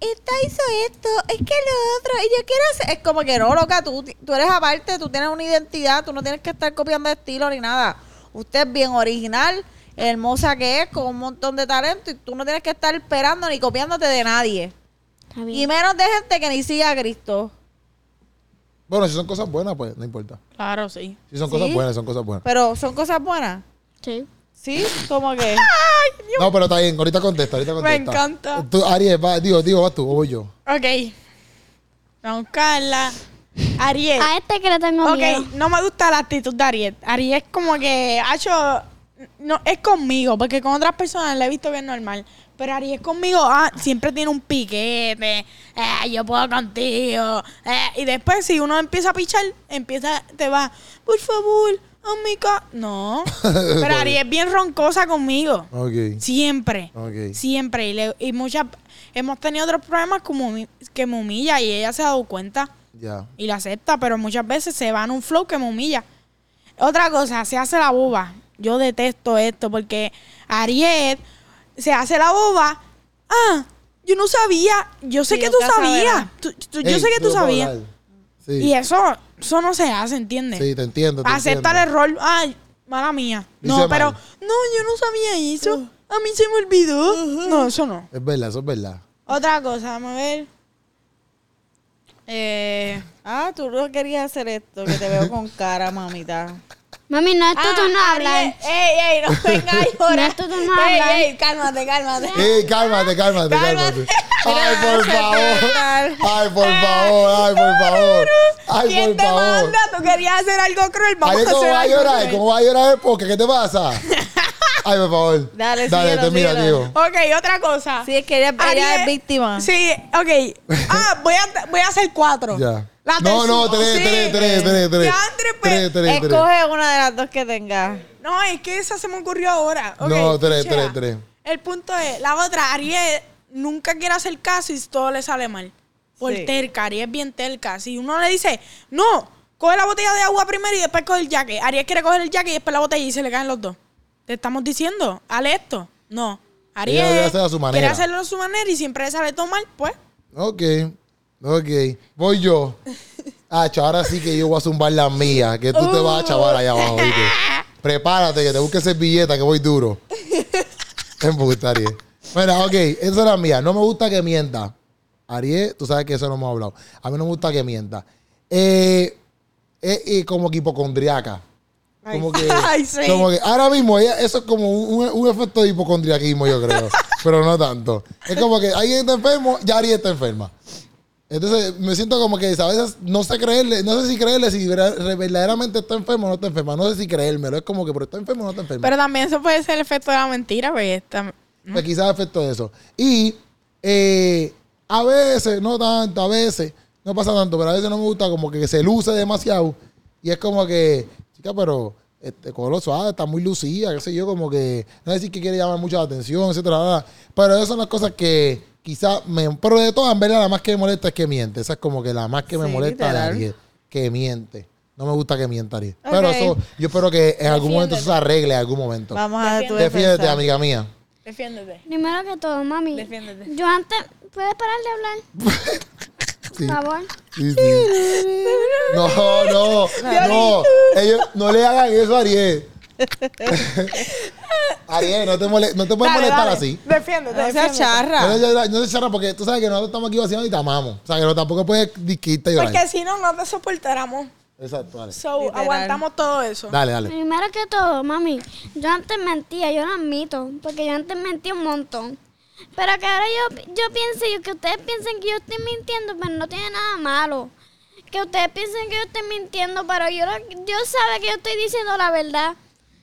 S4: esta hizo esto, es que lo otro, y yo quiero hacer, es como que no, loca, tú, tú eres aparte, tú tienes una identidad, tú no tienes que estar copiando estilo ni nada. Usted es bien original, hermosa que es, con un montón de talento, y tú no tienes que estar esperando ni copiándote de nadie.
S1: Está
S4: Y
S1: bien.
S4: menos de gente que ni sigue a Cristo.
S3: Bueno, si son cosas buenas, pues no importa.
S2: Claro, sí.
S3: Si son
S4: Sí.
S3: cosas buenas, son cosas buenas.
S4: Pero son cosas buenas.
S1: Sí.
S4: ¿Sí? ¿Cómo que?
S3: No, pero está bien, ahorita contesta, ahorita
S2: Me
S3: contesta.
S2: encanta.
S3: Tú, Ariel, va, digo, digo, vas tú o voy yo.
S2: Ok. Vamos a buscarla. Ariel.
S1: A este que le tengo
S2: Ok,
S1: miedo.
S2: no me gusta la actitud de Ariel. Ariel es como que ha hecho. No, es conmigo, porque con otras personas la he visto bien normal. Pero Ariel conmigo ah, siempre tiene un piquete. eh, yo puedo contigo. eh, y después, si uno empieza a pichar, empieza, te va, por favor, amiga. No. Pero Ariel es bien roncosa conmigo.
S3: Ok.
S2: Siempre.
S3: Ok.
S2: Siempre. Y, le- y muchas. Hemos tenido otros problemas como mi- que me humilla y ella se ha dado cuenta
S3: Ya.
S2: y la acepta, pero muchas veces se va en un flow que me humilla. Otra cosa, se hace la boba. Yo detesto esto porque Ariel se hace la boba. Ah, yo no sabía. Yo sé
S4: Sí,
S2: que tú
S4: nunca
S2: sabías.
S4: sabrá.
S2: Tú- tú- yo
S3: Ey,
S2: sé que tú
S3: no puedes
S2: sabías.
S3: hablar. Sí.
S2: Y eso, eso no se hace, ¿entiendes?
S3: Sí, te entiendo. Te
S2: Acepta el
S3: entiendo.
S2: error. Ay, mala mía.
S3: Dice
S2: No, pero,
S3: mal.
S2: no, yo no sabía eso. A mí se me olvidó. No, eso no.
S3: Es verdad, eso es verdad.
S2: Otra cosa, vamos a ver. Eh,
S4: Ah, tú no querías hacer esto, que te veo con cara, mamita.
S1: Mami, no es tu turno
S2: Ah,
S1: hablar.
S2: Ariel, Ey, ey, no venga a
S1: No
S2: llorar.
S1: es tu turno hablar.
S2: Ey, ey, cálmate, cálmate.
S3: Ey, cálmate, cálmate, cálmate. Ay, por favor. Ay, por favor, ay, por favor. Ay,
S2: ¿Quién
S3: por
S2: te
S3: favor.
S2: manda? Tú querías hacer algo cruel. Vamos
S3: Ariel,
S2: a
S3: ¿cómo
S2: hacer
S3: va a
S2: algo
S3: llorar?
S2: cruel.
S3: ¿Cómo va a llorar el podcast? ¿Qué te pasa? Ay, por favor.
S4: Dale,
S3: Dale,
S4: síguelo,
S3: termina,
S4: síguelo.
S3: Diego.
S2: Ok, otra cosa.
S4: Sí, es que ella, ella
S2: Ariel-
S4: es víctima.
S2: Sí, ok. Ah, voy a, voy a hacer cuatro.
S3: Ya.
S2: La
S3: No, no,
S2: tercera-
S3: tres,
S2: sí.
S3: tres, tres, tres, tres.
S2: Ya, Andrés, pues-
S3: Tres, tres, tres.
S4: Escoge una de las dos que tengas.
S2: No, es que esa se me ocurrió ahora. Ok,
S3: No, tres,
S2: escucha.
S3: tres, tres.
S2: El punto es, la otra, Ariel nunca quiere hacer caso y todo le sale mal. Por
S4: Sí.
S2: terca, Ariel es bien terca. Si uno le dice, no, coge la botella de agua primero y después coge el jaque. Ariel quiere coger el jaque y después la botella y se le caen los dos. Te estamos diciendo, hale esto. No. Ariel
S3: Ella lo hace a su manera.
S2: quiere hacerlo a su manera y siempre le sale todo mal, pues.
S3: Ok, ok. Voy yo. Ah, ahora sí que yo voy a zumbar la mía, que tú te vas a chavar allá abajo, ¿viste? Prepárate, que te busques servilleta, que voy duro. Te gusta, Ariel. Bueno, ok, esa es la mía. No me gusta que mienta. Ariel, tú sabes que eso no hemos hablado. A mí no me gusta que mienta. Eh, eh, eh, como que hipocondriaca. Como que,
S2: Ay, sí.
S3: como que ahora mismo ella- eso es como un, un- un efecto de hipocondriaquismo, yo creo. pero no tanto. Es como que alguien está enfermo, ya Ariel está enferma. Entonces me siento como que a veces no sé creerle, no sé si creerle si vera- re- verdaderamente está enfermo o no está enferma. No sé si creérmelo. Es como que, pero está enfermo o no está enfermo.
S2: Pero también eso puede ser el efecto de la mentira, porque esta-
S3: Pues quizás afectó eso. Y eh, a veces, no tanto, a veces, no pasa tanto, pero a veces no me gusta como que se luce demasiado. Y es como que, chica, pero este color suave está muy lucida, qué sé yo, como que, no decir que quiere llamar mucha la atención, etcétera. bla, bla. Pero esas son las cosas que quizás me. Pero de todas, en verdad, la más que me molesta es que miente. Esa es como que la más que me
S4: Sí,
S3: molesta de
S4: literal.
S3: Ariel, que miente. No me gusta que mienta Ariel.
S4: Ok.
S3: Pero eso, yo espero que en algún momento eso se arregle, en algún momento.
S4: Vamos a tu
S3: Defiéndete,
S4: defensa.
S3: amiga mía.
S2: Defiéndete.
S1: Primero que todo, mami.
S2: Defiéndete.
S1: Yo antes. ¿Puedes parar de hablar?
S3: Sí.
S1: Por favor.
S3: Sí, sí. No, no, no. Ellos no le hagan eso a Ariel. Ariel, no te, mole- no te puedes
S2: Dale,
S3: molestar
S2: dale.
S3: así.
S2: Defiéndete.
S4: No seas
S2: defiéndete.
S4: charra.
S3: No, te- no te charras porque tú sabes que nosotros estamos aquí vaciando y te amamos. O sea, que no, tampoco puedes disquita y llorar.
S2: Porque si no, no te soportáramos.
S3: Exacto, dale.
S2: So,
S4: Literal.
S2: aguantamos todo eso.
S3: Dale, dale.
S1: Primero que todo, mami. Yo antes mentía, yo lo admito. Porque yo antes mentí un montón. Pero que ahora yo, yo pienso y que ustedes piensen que yo estoy mintiendo, pero no tiene nada malo. Que ustedes piensen que yo estoy mintiendo, pero yo lo- Dios sabe que yo estoy diciendo la verdad.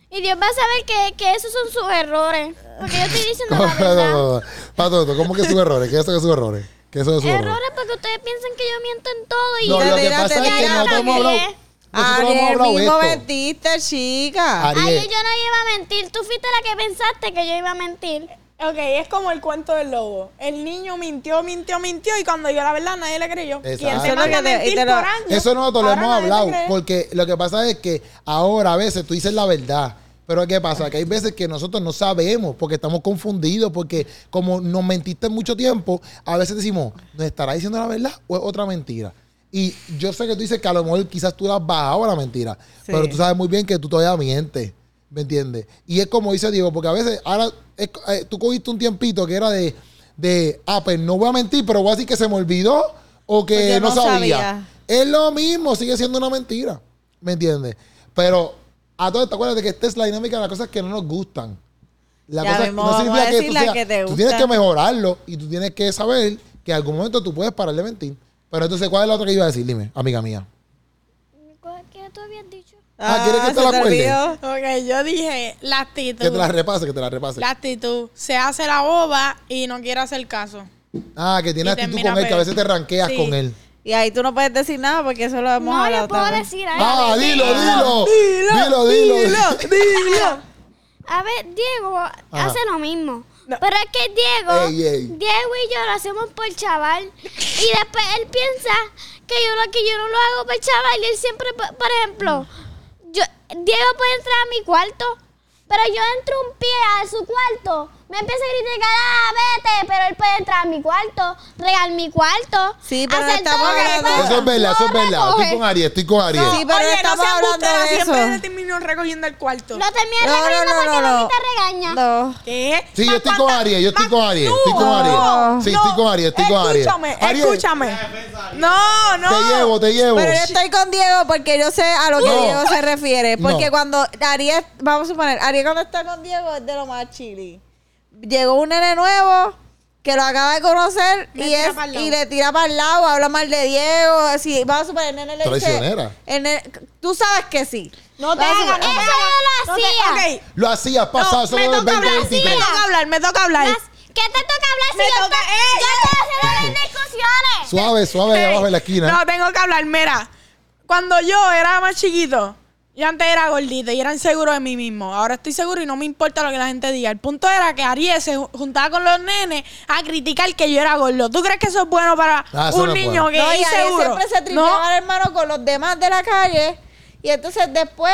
S1: Y Dios va a saber que, que esos son sus errores. Porque yo estoy diciendo la verdad.
S3: Pato, ¿cómo que sus errores? ¿Qué es eso que sus errores? ¿Qué es eso que sus errores?
S1: Errores porque ustedes piensan que yo miento en todo y
S3: No,
S1: yo-
S3: lo que pasa es que
S1: Ya,
S3: nosotros hemos hablado. Nosotros hemos
S4: Ariel,
S3: hablado
S4: mismo
S3: esto. Ah,
S4: mentiste, chica.
S1: Ay,
S3: Ariel.
S1: yo no iba a mentir. Tú fuiste la que pensaste que yo iba a mentir.
S2: Ok, es como el cuento del lobo. El niño mintió, mintió, mintió y cuando dio la verdad nadie le creyó.
S3: Exacto.
S2: Y él
S3: Eso
S2: se
S3: es
S4: lo
S2: manda a
S4: que te- y
S2: mentir
S4: te lo-
S2: por años.
S3: Eso nosotros lo
S2: Ahora
S3: hemos
S2: nadie le
S3: hablado,
S2: cree.
S3: porque lo que pasa es que ahora a veces tú dices la verdad, pero ¿qué pasa? Que hay veces que nosotros no sabemos, porque estamos confundidos, porque como nos mentiste mucho tiempo, a veces decimos, ¿nos estará diciendo la verdad o es otra mentira? Y yo sé que tú dices que a lo mejor quizás tú la has bajado a la mentira,
S4: Sí.
S3: pero tú sabes muy bien que tú todavía mientes. ¿Me entiendes? Y es como dice Diego, porque a veces ahora es- eh, tú cogiste un tiempito que era de, de, ah, pues no voy a mentir, pero voy a decir que se me olvidó o que
S4: Porque
S3: no,
S4: no
S3: sabía.
S4: sabía.
S3: Es lo mismo, sigue siendo una mentira. ¿Me entiendes? Pero a todo esto, acuérdate que esta es la dinámica de las cosas que no nos gustan. La
S4: Ya
S3: cosa
S4: mismo
S3: no
S4: vamos
S3: significa
S4: a
S3: que,
S4: decir
S3: tú,
S4: la
S3: seas-
S4: que te
S3: tú tienes
S4: gusta.
S3: que mejorarlo y tú tienes que saber que en algún momento tú puedes parar de mentir. Pero entonces, ¿cuál es la otra que iba a decir? Dime, amiga mía.
S1: Eh, ¿Qué tú habías dicho?
S3: Ah, ¿quieres que te
S4: se
S3: la cuelde?
S4: olvidó.
S2: Ok, yo dije la actitud.
S3: Que te la repase, que te la repase.
S2: La actitud. Se hace la boba y no quiere hacer caso.
S3: Ah, que
S2: Y
S3: tienes actitud
S2: termina
S3: con él, que a
S2: peor.
S3: veces
S4: pues.
S3: te ranqueas
S2: Sí.
S3: con él.
S4: Y ahí tú no puedes decir nada porque eso lo hemos
S1: No,
S4: hablado
S1: yo puedo
S4: también.
S1: decir algo.
S3: Ah, dilo, dilo. Dilo,
S4: Dilo,
S3: dilo.
S4: dilo.
S1: A ver, Diego hace lo mismo.
S2: No.
S1: Pero es que Diego,
S3: Ey, ey.
S1: Diego y yo lo hacemos por chaval. Y después él piensa que yo, lo, que yo no lo hago por chaval. Y él siempre, por, por ejemplo, yo, Diego puede entrar a mi cuarto. Pero yo entro un pie a su cuarto. Me empieza a criticar, ah, vete. Pero él puede entrar a mi cuarto, regar mi cuarto.
S4: Sí, pero no
S1: hacer
S4: estamos
S1: todo,
S4: hablando-
S1: recoger,
S3: Eso es verdad, eso es
S1: todo
S3: verdad.
S1: recoger.
S3: Estoy con Ariel, estoy con Ariel.
S4: Sí, pero
S2: Oye,
S4: estamos
S2: no seas
S4: hablando
S2: embustera,
S4: de
S2: Siempre le
S4: eso.
S2: termino recogiendo el cuarto.
S1: Lo termina
S4: No, no,
S1: regañando
S4: no,
S1: porque
S4: no, no.
S1: mami te regaña.
S4: No.
S2: ¿Qué?
S3: Sí, yo
S2: Más
S3: estoy con
S2: cuántas-
S3: Ariel, yo estoy
S2: más-
S3: con Ariel, estoy con
S4: Ariel.
S3: Sí, estoy con Ariel, estoy con Ariel.
S2: Escúchame,
S3: Ariel.
S2: escúchame. No, no.
S3: Te llevo, te llevo.
S4: Pero yo estoy con Diego porque yo sé a lo que
S3: No.
S4: Diego se refiere. Porque
S3: No.
S4: cuando Ariel, vamos a suponer, Ariel cuando está con Diego es de lo más chili. Llegó un nene nuevo que lo acaba de conocer
S2: Le
S4: y,
S2: tira
S4: es,
S2: pa'l lado.
S4: y le tira para el lado, habla mal de Diego. Así, vamos a suponer, el nene le dice-
S3: Traicionera.
S4: el nene- tú sabes que sí.
S2: No te
S4: Vamos
S2: hagas,
S4: a suponer-
S2: no
S1: Eso yo lo
S2: No te-
S1: hacía.
S2: ok,
S3: Lo hacías pasado,
S2: No,
S3: eso
S2: me
S3: lo del
S2: toca hablar, sí,
S3: 2023.
S2: me toca hablar, me toca hablar.
S1: Las- ¿Qué te toca hablar si
S2: Me
S1: yo,
S2: toca-
S1: te-
S2: ¡Ey!
S1: yo estoy haciendo las discusiones?
S3: Suave, suave,
S2: Ey,
S3: abajo en la esquina.
S2: No, tengo que hablar, mira. Cuando yo era más chiquito, yo antes era gordito y era inseguro de mí mismo. Ahora estoy seguro y no me importa lo que la gente diga. El punto era que Ariel se ju- juntaba con los nenes a criticar que yo era gordo. ¿Tú crees que eso es bueno para
S3: Ah, eso
S2: un
S3: no es
S2: niño
S3: bueno.
S2: que
S4: No,
S2: es
S4: y Ariel
S2: inseguro?
S4: siempre se
S2: No.
S4: tripeaba al hermano con los demás de la calle. Y entonces después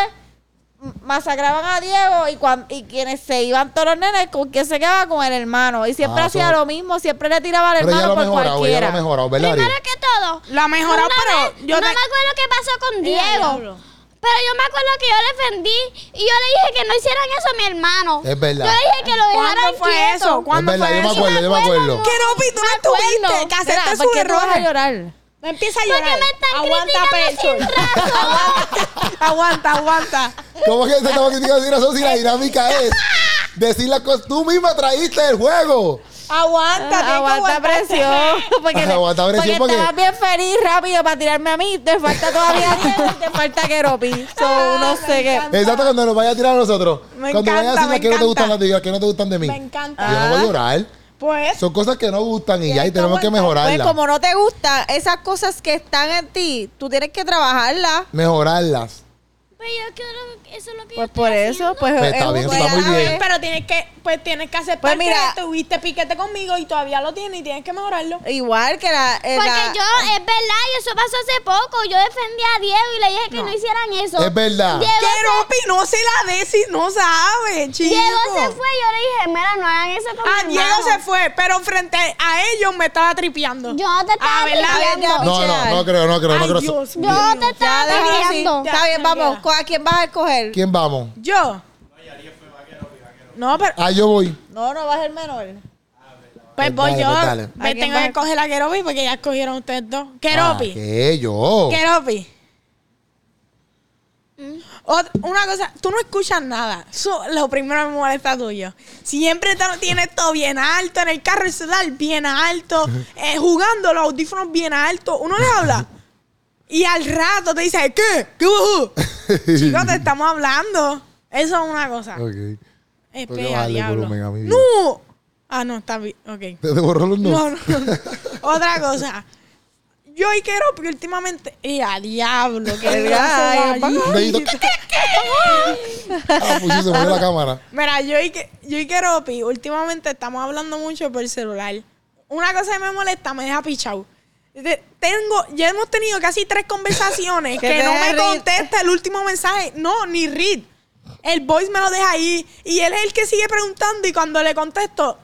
S4: m- masacraban a Diego y, cuan- y quienes se iban todos los nenes, ¿con quién se quedaba? Con el hermano. Y siempre
S3: Ah,
S4: hacía
S3: eso-
S4: lo mismo, siempre le tiraba al
S3: Pero ya
S4: hermano
S3: lo ha
S4: por
S3: mejorado, ya lo
S4: cualquiera.
S3: ha mejorado, ¿verdad, Ariel?
S1: Primero que todo.
S2: La mejoró,
S1: una
S2: pero
S1: vez-
S2: yo
S1: no
S2: te-
S1: me acuerdo qué pasó con
S4: diablo.
S1: Diego. Pero yo me acuerdo que yo le defendí y yo le dije que no hicieran eso a mi hermano.
S3: Es verdad.
S1: Yo le dije que lo dejaran
S2: ¿Cuándo fue
S1: quieto.
S2: eso? ¿Cuándo
S3: es verdad,
S2: fue
S3: yo me
S2: eso?
S3: acuerdo, yo me acuerdo.
S1: acuerdo,
S2: Que no, Pi, tú no
S1: Me acuerdo.
S2: estuviste, que
S4: Mira,
S2: aceptes
S4: ¿por
S2: sus
S4: qué tú vas a
S2: errores.
S4: llorar?
S2: No empieza a
S1: Porque
S2: llorar.
S1: me están
S2: aguanta,
S1: criticando sin
S2: pecho.
S1: razón.
S2: aguanta, aguanta.
S3: ¿Cómo que te estamos criticando sin razón si la dinámica es decir las cosas? Tú misma traíste el juego.
S2: Aguanta, tengo que
S4: Ah, aguanta
S2: aguantarte.
S4: presión. Porque, te-
S3: Aguanta presión,
S4: porque
S3: porque-
S4: estabas bien feliz rápido para tirarme a mí. Te falta todavía tiempo y te falta Keropi. So, no sé qué.
S3: Exacto, cuando nos vaya a tirar a nosotros.
S2: Me
S3: cuando vaya a
S2: encanta,
S3: decir las
S2: me
S3: que no te
S2: encanta.
S3: gustan las de las que no te gustan de mí.
S2: Me encanta. Ah.
S3: Yo no voy a llorar.
S2: Pues,
S3: Son cosas que no gustan y ya, y
S4: Tienes que
S3: tenemos que
S4: aguantar.
S3: mejorarlas.
S4: Pues como no te gusta esas cosas que están en ti, tú tienes que trabajarlas.
S3: Mejorarlas.
S1: Pues yo quiero, eso es lo que
S4: Pues
S1: yo
S4: por
S1: estoy
S4: eso,
S1: haciendo.
S4: pues
S3: Pues está
S4: es
S3: bien,
S4: un-
S3: eso está muy
S4: pues,
S3: bien.
S2: pero tienes que, pues tienes que aceptar
S4: Pues mira-
S2: que tuviste piquete conmigo y todavía lo tienes y tienes que mejorarlo.
S4: Igual que la, eh, la-
S1: Porque yo, es verdad, y eso pasó hace poco. Yo defendí a Diego y le dije que no, hicieran eso.
S3: Es verdad.
S1: Diego,
S2: Keropi no se la de si no sabe, chico.
S1: Diego se fue, yo le dije, mira, no hagan eso con
S2: Ah,
S1: mi
S2: Diego
S1: hermano".
S2: se fue, pero frente a ellos me estaba tripeando.
S1: Yo no te estaba
S2: Ah, ¿verdad?
S1: tripeando.
S3: No, no, no creo, no creo, no
S2: Ay,
S3: creo.
S2: Dios mío.
S1: Yo te
S4: Ya,
S1: estaba
S4: déjalo así.
S1: tripeando.
S2: Ya,
S4: Está bien,
S2: tranquila.
S4: vamos. ¿A quién vas a escoger?
S3: ¿Quién vamos?
S2: Yo. No, pero
S3: Ah, yo voy.
S4: No, no vas el menor.
S2: pues
S3: Pues
S2: voy
S3: dale,
S2: yo.
S3: pues dale.
S2: Me
S4: ¿A quién
S2: tengo
S4: vas?
S2: que coger a Keropi porque ya escogieron ustedes dos.
S3: Ah,
S2: Keropi.
S3: ¿Qué? Yo.
S2: Keropi. Ot- una cosa, tú no escuchas nada. Eso es lo primero que me molesta tuyo. Siempre te lo tienes todo bien alto, en el carro el celular bien alto, eh, jugando los audífonos bien alto. Uno le habla y al rato te dice, ¿qué? ¿Qué bajó? Chicos, te estamos hablando. Eso es una cosa.
S3: Ok. Tengo que
S2: Espera,
S3: bajarle el
S2: diablo.
S3: volumen a mi vida.
S2: ¡No! Ah, no, está bien. Ok.
S3: ¿Te, te borró los
S2: No,
S3: nombres?
S2: no, no. Otra cosa. Yo y quiero, porque últimamente. ¡Y a diablo! ¡Que
S4: El
S2: el gato
S4: gallo,
S2: va
S3: Dedito.
S2: allí.
S3: Ah, pues sí, se movió la cámara.
S2: Mira, yo y, que- yo y Keropi, últimamente estamos hablando mucho por celular. Una cosa que me molesta, me deja pichado. De- Tengo, ya hemos tenido casi tres conversaciones
S4: Que
S2: que
S4: te
S2: no
S4: deja
S2: me
S4: read.
S2: contesta el último mensaje. No, ni read. El voice me lo deja ahí. Y él es el que sigue preguntando. Y cuando le contesto,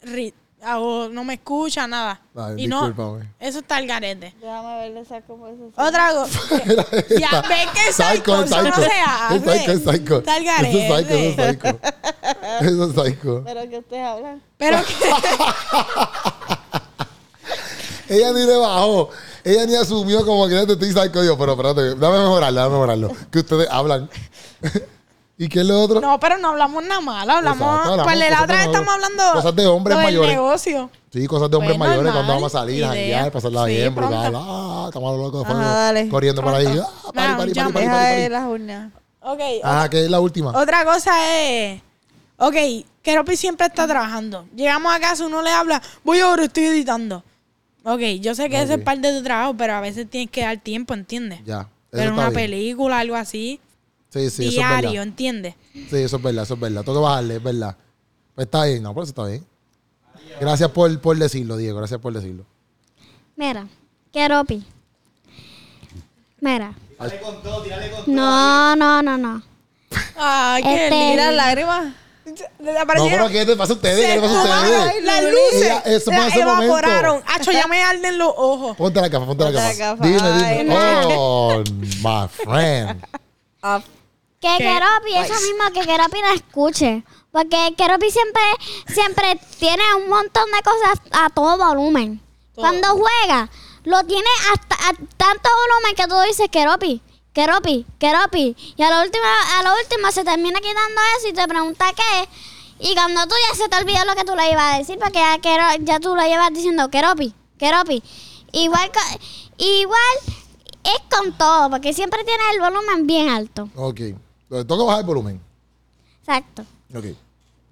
S2: read. Ah, o no me escucha nada.
S3: Ay,
S2: y no,
S3: Ah, discúlpame.
S2: eso está el garete.
S4: Déjame verle pues, esa conversación.
S2: Otra cosa.
S3: Mira
S2: Ya,
S3: esta.
S2: ve que es psycho, eso no se hace.
S3: Es psycho, es psycho.
S2: Está el
S3: Eso es psycho,
S2: garete.
S3: eso es psycho. Eso es psycho.
S4: Pero que ustedes hablan.
S2: Pero que.
S3: Ella ni le bajó. Ella ni asumió como que ya te estoy psycho. Yo, pero espérate, dame mejorarlo, dame mejorarlo. Que ustedes hablan. ¿Y qué es lo otro?
S2: No, pero no hablamos nada malo, hablamos.
S3: Exacto, hablamos
S2: pues la
S3: cosas
S2: otra vez
S3: de-
S2: estamos hablando.
S3: cosas de hombres
S2: lo del
S3: mayores.
S2: negocio.
S3: Sí, cosas de hombres
S2: Pues,
S3: mayores
S2: normal,
S3: cuando vamos a salir, a
S2: idea.
S3: janguear, pasarla
S2: Sí,
S3: bien, brutal.
S2: pronto.
S3: Ah, estamos locos
S4: Ajá, dale.
S3: corriendo por ahí.
S2: Nah,
S3: Ah, pari, pari, pari,
S2: llama.
S3: pari,
S4: Deja
S3: pari,
S4: de
S3: pari.
S4: las urnas.
S2: Ok.
S3: Ajá, que es la última.
S2: Otra cosa es. Ok, Keropi siempre está trabajando. Llegamos a casa, uno le habla, voy ahora, estoy editando. Ok, yo sé que ese es
S3: Ok.
S2: parte de tu trabajo, pero a veces tienes que dar tiempo, ¿entiendes?
S3: Ya. eso
S2: pero
S3: está
S2: una
S3: bien.
S2: película, algo así,
S3: Sí, sí, eso es verdad.
S2: diario, ¿entiendes?
S3: Sí, eso es verdad, eso es verdad. Tengo que bajarle, es verdad. Pues está bien, no, pero eso está bien. Gracias por, por decirlo, Diego, gracias por decirlo.
S1: Mira, Keropi. Mira.
S5: Tírale con todo, tírale con todo.
S1: No, no, no, no.
S2: Ay, qué
S1: Este-
S2: lindo.
S4: Mira las lágrimas.
S3: No, pero
S2: Desaparecieron.
S3: ¿qué te pasa a ustedes? ¿Qué
S2: Se
S3: le pasa a
S2: fumaron
S3: ustedes?
S2: las
S3: Ella-
S2: luces.
S3: eso fue
S2: se
S3: ese momento.
S2: evaporaron. Acho, ya me arden los ojos.
S3: Ponte la capa, ponte la
S4: Ponte la
S3: capa.
S4: capa.
S3: Dime,
S4: Ay,
S3: dime. Oh, my friend.
S4: Ah,
S1: Que Keropi, eso mismo, que Keropi no escuche. Porque Keropi siempre, siempre tiene un montón de cosas a todo volumen. Cuando juega, lo tiene hasta a tanto volumen que tú dices Keropi, Keropi, Keropi. Y a lo último, a lo último se termina quitando eso y te pregunta qué es. Y cuando tú ya se te olvida lo que tú le ibas a decir, porque ya, Kero- ya tú lo llevas diciendo Keropi, Keropi. Igual, co- igual es con todo, porque siempre tiene el volumen bien alto.
S3: Ok. Entonces, Tengo que bajar el volumen.
S1: Exacto.
S3: Ok.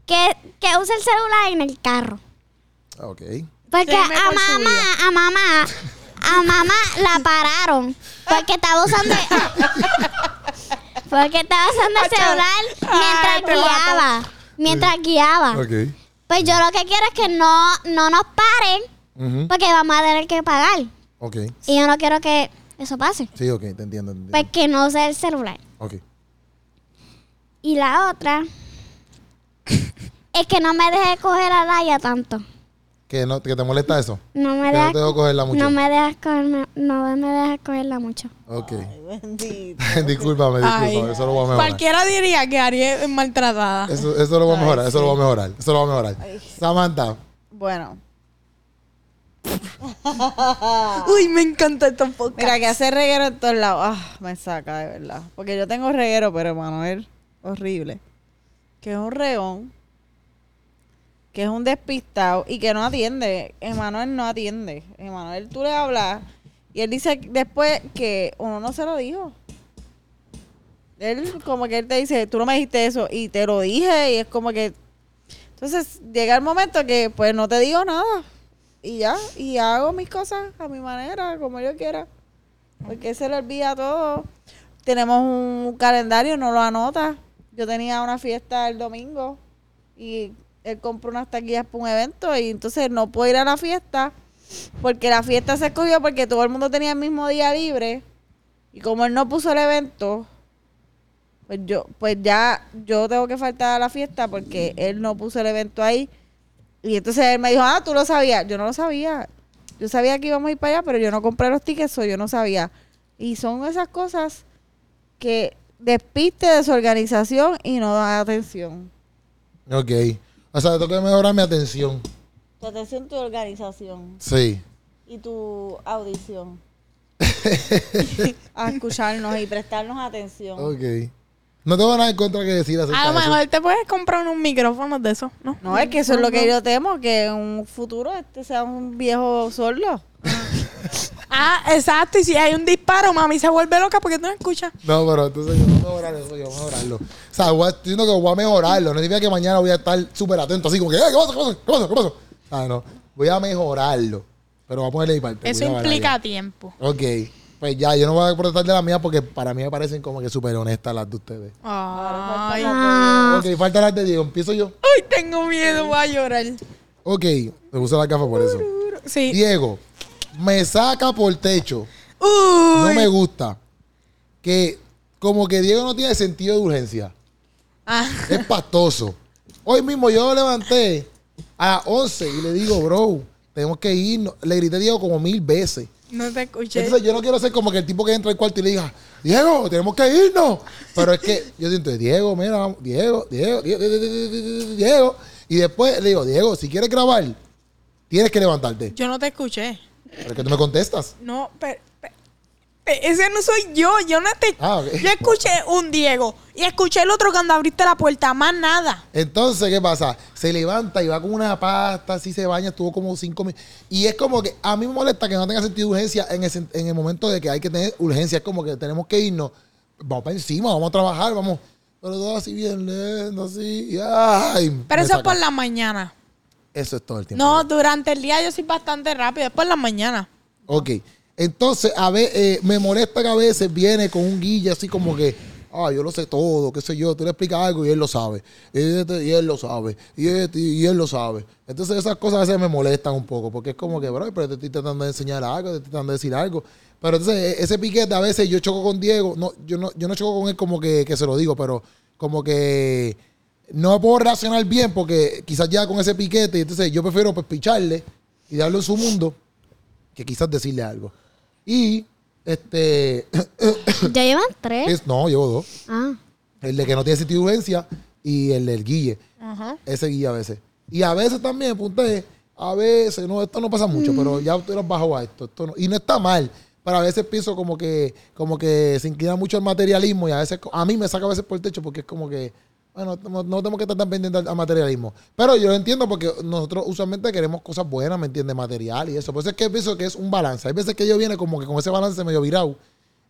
S1: Que, que use el celular en el carro.
S3: Ah, Ok.
S1: Porque
S2: Teme
S1: a
S2: por su
S1: mamá, a mamá, a mamá la pararon. Porque estaba usando. porque estaba usando el celular mientras
S2: Ay, te
S1: guiaba. Mientras guiaba.
S3: Ok.
S1: Pues yo lo que quiero es que no, no nos paren.
S3: Ujú.
S1: Porque vamos a tener que pagar.
S3: Ok.
S1: Y yo no quiero que eso pase.
S3: Sí, ok, te entiendo. Te entiendo.
S1: Pues que no use el celular.
S3: Ok.
S1: Y la otra. es que no me deje coger a Laia tanto.
S3: ¿Que, no, ¿Que te molesta eso?
S1: No me
S3: Que
S1: deja
S3: no te dejo cogerla mucho.
S1: No me dejas cogerla, no me dejas cogerla mucho.
S3: Ok.
S4: bendito.
S3: discúlpame, discúlpame.
S2: Ay.
S3: Eso lo voy a mejorar.
S2: Cualquiera diría que Ariel es maltratada.
S3: Eso, eso lo voy a
S4: Ay,
S3: mejorar, eso
S4: sí.
S3: lo voy a mejorar. Eso lo voy a mejorar. Samantha,
S4: Bueno.
S2: Uy, me encanta esta podcast.
S4: Mira, que hace reguero en todos lados. Ah, me saca, de verdad. Porque yo tengo reguero, pero Manuel, horrible. Que es un reón. que es un despistado y que no atiende. Emanuel no atiende. Emanuel, tú le hablas y él dice después que uno no se lo dijo. Él como que él te dice, tú no me dijiste eso y te lo dije y es como que... Entonces llega el momento que pues no te digo nada y ya, y hago mis cosas a mi manera, como yo quiera. Porque se le olvida todo. Tenemos un calendario, no lo anota. Yo tenía una fiesta el domingo y él compró unas taquillas para un evento y entonces no puedo ir a la fiesta porque la fiesta se escogió porque todo el mundo tenía el mismo día libre y como él no puso el evento, pues yo pues ya yo tengo que faltar a la fiesta porque él no puso el evento ahí. Y entonces él me dijo, ah, tú lo sabías. Yo no lo sabía. Yo sabía que íbamos a ir para allá, pero yo no compré los tickets, o yo no sabía. Y son esas cosas que despiste, desorganización y no dan atención.
S3: Ok. O sea, tengo que mejorar mi atención.
S4: Tu atención, tu organización
S3: Sí.
S4: y tu audición. a escucharnos y prestarnos atención.
S3: Ok. No tengo nada en contra que decir acerca
S2: A lo
S3: de eso.
S2: mejor te puedes comprar unos micrófonos de esos, ¿no?
S4: No, es que eso es lo que yo temo, que en un futuro este sea un viejo sordo.
S2: Ah, exacto. Y si hay un disparo, mami se vuelve loca porque tú no escuchas.
S3: No, pero entonces yo voy a mejorar eso, yo voy a mejorarlo. O sea, voy a, estoy diciendo que voy a mejorarlo. No significa que mañana voy a estar súper atento, así como que, "Eh, ¿qué pasa? ¿Qué pasa? ¿Qué pasa? ¿Qué pasa? Ah, no. Voy a mejorarlo. Pero voy a ponerle mi parte.
S6: Eso
S3: voy a
S6: implica
S3: hablar
S6: tiempo.
S3: ya. Ok. Pues ya, yo no voy a protestar de la mía porque para mí me parecen como que súper honestas las de ustedes.
S2: Ay,
S3: Ok, falta las de Diego. Empiezo yo.
S2: ay, tengo miedo, voy a llorar.
S3: Ok, me puse la gafa por eso.
S2: Sí.
S3: Diego, me saca por techo.
S2: Uy.
S3: No me gusta. Que como que Diego no tiene sentido de urgencia.
S2: Ah.
S3: Es pastoso. Hoy mismo yo lo levanté a las 11 y le digo, bro, tenemos que irnos. Le grité a Diego como mil veces.
S2: No te escuché.
S3: Entonces yo no quiero ser como que el tipo que entra al cuarto y le diga, Diego, tenemos que irnos. Pero es que yo siento, Diego, mira, vamos, Diego, Diego, Diego, Diego, Diego, Diego, Diego". Y después le digo, Diego, si quieres grabar, tienes que levantarte.
S2: Yo no te escuché.
S3: Pero es que tú me contestas.
S2: No, pero, pero- pero ese no soy yo. Yo no te.
S3: Ah, ok.
S2: Yo escuché un Diego y escuché el otro cuando abriste la puerta. Más nada.
S3: Entonces, ¿qué pasa? Se levanta y va con una pasta, así se baña, estuvo como cinco minutos. Y es como que a mí me molesta que no tenga sentido de urgencia en el, sen- en el momento de que hay que tener urgencia. Es como que tenemos que irnos, vamos para encima, vamos a trabajar, vamos. Pero todo así bien lento, así. y ¡ay!
S2: Pero
S3: me
S2: eso es
S3: saca.
S2: por la mañana.
S3: Eso es todo el tiempo.
S2: No, durante el día yo soy bastante rápido. Es por la mañana.
S3: Ok. Entonces, a ver, eh, me molesta que a veces viene con un guille así como que, ah, yo lo sé todo, qué sé yo, tú le explicas algo y él lo sabe, y, este- y él lo sabe, y, este- y él lo sabe. Entonces, esas cosas a veces me molestan un poco, porque es como que, bro, pero te estoy tratando de enseñar algo, te estoy tratando de decir algo. Pero entonces, e- ese piquete a veces yo choco con Diego, no, yo no, yo no choco con él como que, que se lo digo, pero como que no puedo reaccionar bien porque quizás ya con ese piquete, y entonces yo prefiero pues picharle y darle en su mundo que quizás decirle algo. Y este
S1: Ya llevan tres.
S3: es, no, llevo dos.
S1: Ah.
S3: El de que no tiene sentido de urgencia y el del guille. Ese guille a veces. Y a veces también apunté, a veces, no, esto no pasa mucho, pero ya tú lo has bajado a esto. esto no- y no está mal. Pero a veces pienso como que, como que se inclina mucho al materialismo y a veces co- a mí me saca a veces por el techo porque es como que, bueno, no, no tenemos que estar tan pendientes al- al materialismo. Pero yo lo entiendo porque nosotros usualmente queremos cosas buenas, ¿me entiendes? Material y eso. Por eso es que pienso que es un balance. Hay veces que yo viene como que con ese balance medio virado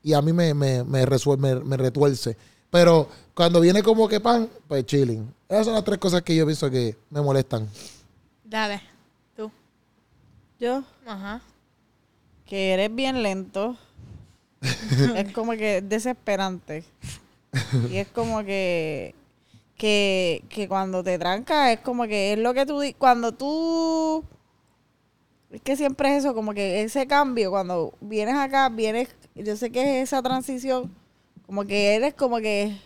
S3: y a mí me, me, me, resuel- me- me retuerce. Pero cuando viene como que pan, pues chilling. Esas son las tres cosas que yo pienso que me molestan.
S6: Dale, tú.
S4: Yo,
S6: Ajá.
S4: que eres bien lento. es como que es desesperante. Y es como que, que, que cuando te tranca es como que es lo que tú, di- cuando tú, es que siempre es eso, como que ese cambio, cuando vienes acá, vienes, yo sé que es esa transición, como que eres como que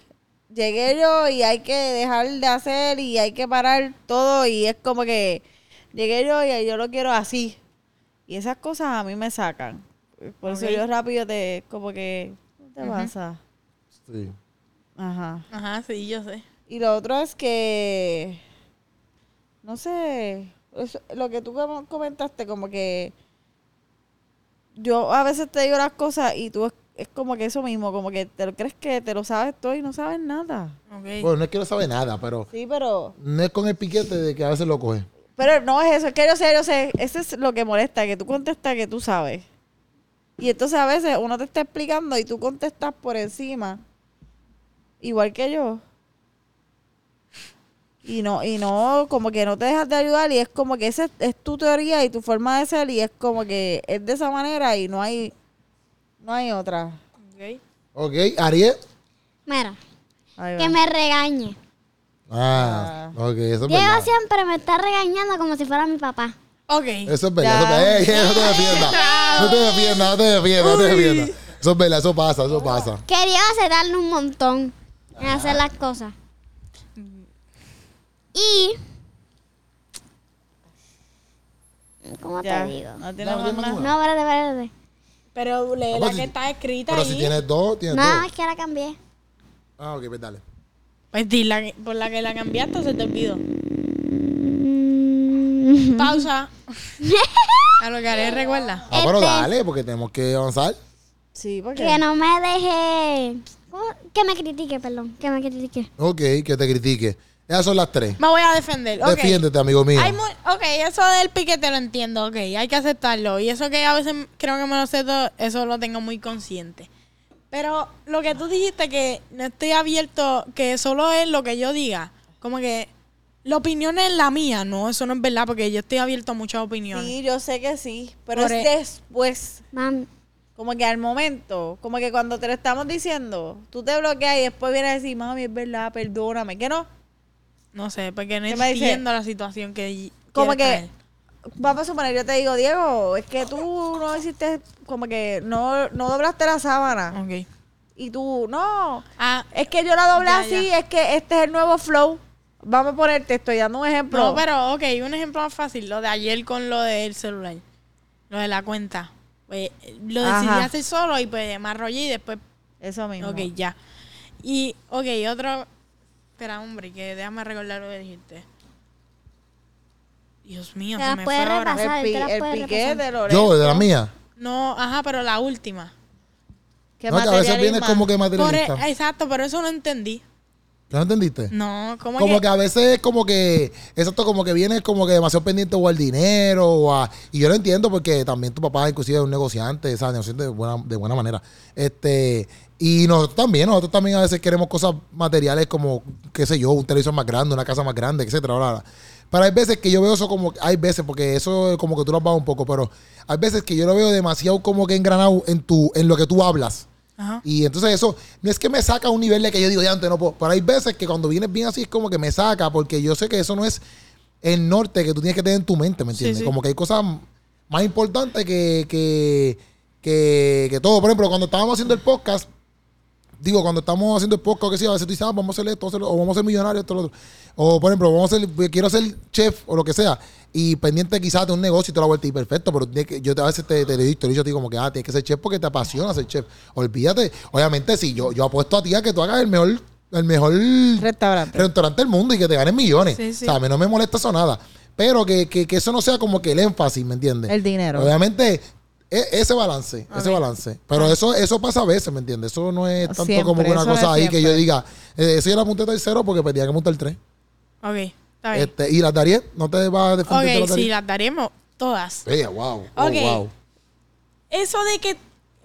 S4: llegué yo y hay que dejar de hacer y hay que parar todo y es como que llegué yo y yo lo quiero así. Y esas cosas a mí me sacan. Por eso yo rápido te, como que, ¿qué te pasa?
S3: Sí.
S4: Ajá.
S6: Ajá, sí, yo sé.
S4: Y lo otro es que, no sé, es lo que tú como- comentaste, como que yo a veces te digo las cosas y tú, es como que eso mismo, como que te lo crees que te lo sabes todo y no sabes nada.
S2: Ok.
S3: Bueno, no es que no sabe nada, pero
S4: Sí, pero...
S3: no es con el piquete de que a veces lo coge.
S4: Pero no es eso, es que yo sé, yo sé, eso es lo que molesta, que tú contestas que tú sabes. Y entonces a veces uno te está explicando y tú contestas por encima, igual que yo. Y no, y no, como que no te dejas de ayudar y es como que esa es, es tu teoría y tu forma de ser y es como que es de esa manera y no hay, no hay otra.
S2: Ok.
S3: Ok, Ariel.
S1: Mira,
S4: Ahí va.
S1: que me regañe.
S3: Ah, ok, eso es
S1: Diego
S3: verdad.
S1: siempre me está regañando como si fuera mi papá.
S2: Ok.
S3: Eso es verdad. Eso es verdad. Ey, ey, no te defiendas. No te defiendas, no te defiendas, no te defiendas. Eso es verdad, eso pasa, eso pasa.
S1: Quería acelerarle un montón en hacer las cosas. Y. ¿Cómo
S4: Ya,
S1: te digo?
S4: no
S3: No,
S4: tiene más
S3: dime
S4: nada.
S3: tú.
S1: No, espérate, espérate.
S7: Pero lee
S3: Vamos,
S7: la
S3: si-
S7: que está escrita
S3: Pero
S7: ahí.
S3: si tienes dos, tienes
S1: No,
S3: dos.
S1: es que la cambié.
S3: Ah, ok, pues dale.
S2: Pues di la que- por la que la cambiaste o se te olvidó.
S3: Mm.
S7: Pausa.
S2: A lo que haré, recuerda.
S3: Ah, pero
S1: Este-
S3: dale, porque tenemos que avanzar.
S4: Sí, porque...
S1: Que no me deje. ¿cómo? Que me critique, perdón. Que me critique.
S3: Ok, que te critique. Esas son las tres.
S2: Me voy a defender. Ok.
S3: Defiéndete, amigo mío.
S2: Hay mu- ok, eso del piquete lo entiendo, ok, hay que aceptarlo. Y eso que a veces creo que me lo sé todo, eso lo tengo muy consciente. Pero lo que tú dijiste que no estoy abierto, que solo es lo que yo diga. Como que la opinión es la mía, no, eso no es verdad, porque yo estoy abierto a muchas opiniones.
S4: Sí, yo sé que sí, pero
S2: Por
S4: es
S2: e-
S4: después.
S1: Mami.
S4: Como que al momento, como que cuando te lo estamos diciendo, tú te bloqueas y después vienes a decir, mami, es verdad, perdóname, que no.
S2: No sé, porque no
S4: ¿Qué me dice?
S2: entiendo la situación que
S4: Como
S2: quieres
S4: que,
S2: traer.
S4: vamos a suponer, yo te digo, Diego, es que tú no hiciste, como que no, no doblaste la sábana.
S2: Ok.
S4: Y tú, no,
S2: Ah,
S4: es que yo la doblé
S2: Ya,
S4: así, es que este es el nuevo flow. Vamos a ponerte, estoy dando un ejemplo.
S2: No, pero ok, un ejemplo más fácil, lo de ayer con lo del celular, lo de la cuenta. Pues, lo
S4: Ajá.
S2: decidí hacer solo y pues me arrollé y después,
S4: Eso mismo.
S2: ok, ya. Y, ok, otro, espera, hombre, que déjame recordar lo que dijiste. Dios mío,
S1: Te
S2: se
S1: las
S2: me fue
S1: puedes
S2: ahora.
S1: repasar.
S4: El, pi-
S1: Te la
S4: el
S1: puedes
S4: piqué
S1: repasar.
S4: de Lorenzo.
S3: Yo, de la mía.
S2: No, ajá, pero la última.
S4: Que
S3: no, que a veces
S4: materialismo.
S3: viene como que
S2: Por e-
S3: materialista.
S2: exacto, pero eso no entendí.
S3: ¿No entendiste?
S2: No, ¿cómo
S3: Como
S2: que?
S3: que a veces es como que, exacto, como que viene como que demasiado pendiente o al dinero o a, y yo lo entiendo porque también tu papá inclusive es un negociante, ¿sabes? Negociante de buena, de buena manera. Este, y nosotros también, nosotros también a veces queremos cosas materiales como, qué sé yo, un televisor más grande, una casa más grande, etcétera, bla, bla. Pero hay veces que yo veo eso como, hay veces, porque eso como que tú lo has bajado un poco, pero hay veces que yo lo veo demasiado como que engranado en tu, en lo que tú hablas.
S2: Ajá.
S3: Y entonces eso, no es que me saca a un nivel de que yo digo, ya antes no puedo. Pero hay veces que cuando vienes bien así es como que me saca, porque yo sé que eso no es el norte que tú tienes que tener en tu mente, ¿me entiendes?
S2: sí.
S3: Como que hay cosas más importantes que, que, que, que todo. Por ejemplo, cuando estábamos haciendo el podcast, digo, cuando estamos haciendo el podcast, que sí, a veces tú dices, ah, vamos a hacer esto, hacerlo, o vamos a ser millonarios, esto, lo otro. O, por ejemplo, vamos a ser, pues, quiero ser chef o lo que sea, y pendiente quizás de un negocio y toda la vuelta, y perfecto, pero tienes que- yo te- a veces te, te, lo he dicho, te lo he dicho a ti como que, ah, tienes que ser chef porque te apasiona ser chef. Olvídate, obviamente, sí, yo, yo apuesto a ti a que tú hagas el mejor, el mejor
S4: Restaurante.
S3: restaurante del mundo y que te ganes millones.
S2: Sí, sí.
S3: O sea, a mí no me molesta eso nada. Pero que, que, que eso no sea como que el énfasis, ¿me entiendes?
S4: El dinero.
S3: Obviamente, e- ese balance, ese balance. Pero eso, eso pasa a veces, ¿me entiendes? Eso no es tanto
S4: Ah. Siempre,
S3: como que una
S4: eso no es
S3: cosa ahí que
S4: siempre.
S3: yo diga, eh, eso yo la apunté tercero porque tenía que montar tres.
S2: Ok, está bien.
S3: Este, y la Darío, no te vas a defender de
S2: Ok,
S3: la
S2: sí,
S3: Darío?
S2: las daremos todas.
S3: Ella, wow. Oh,
S2: Ok.
S3: wow.
S2: Eso de que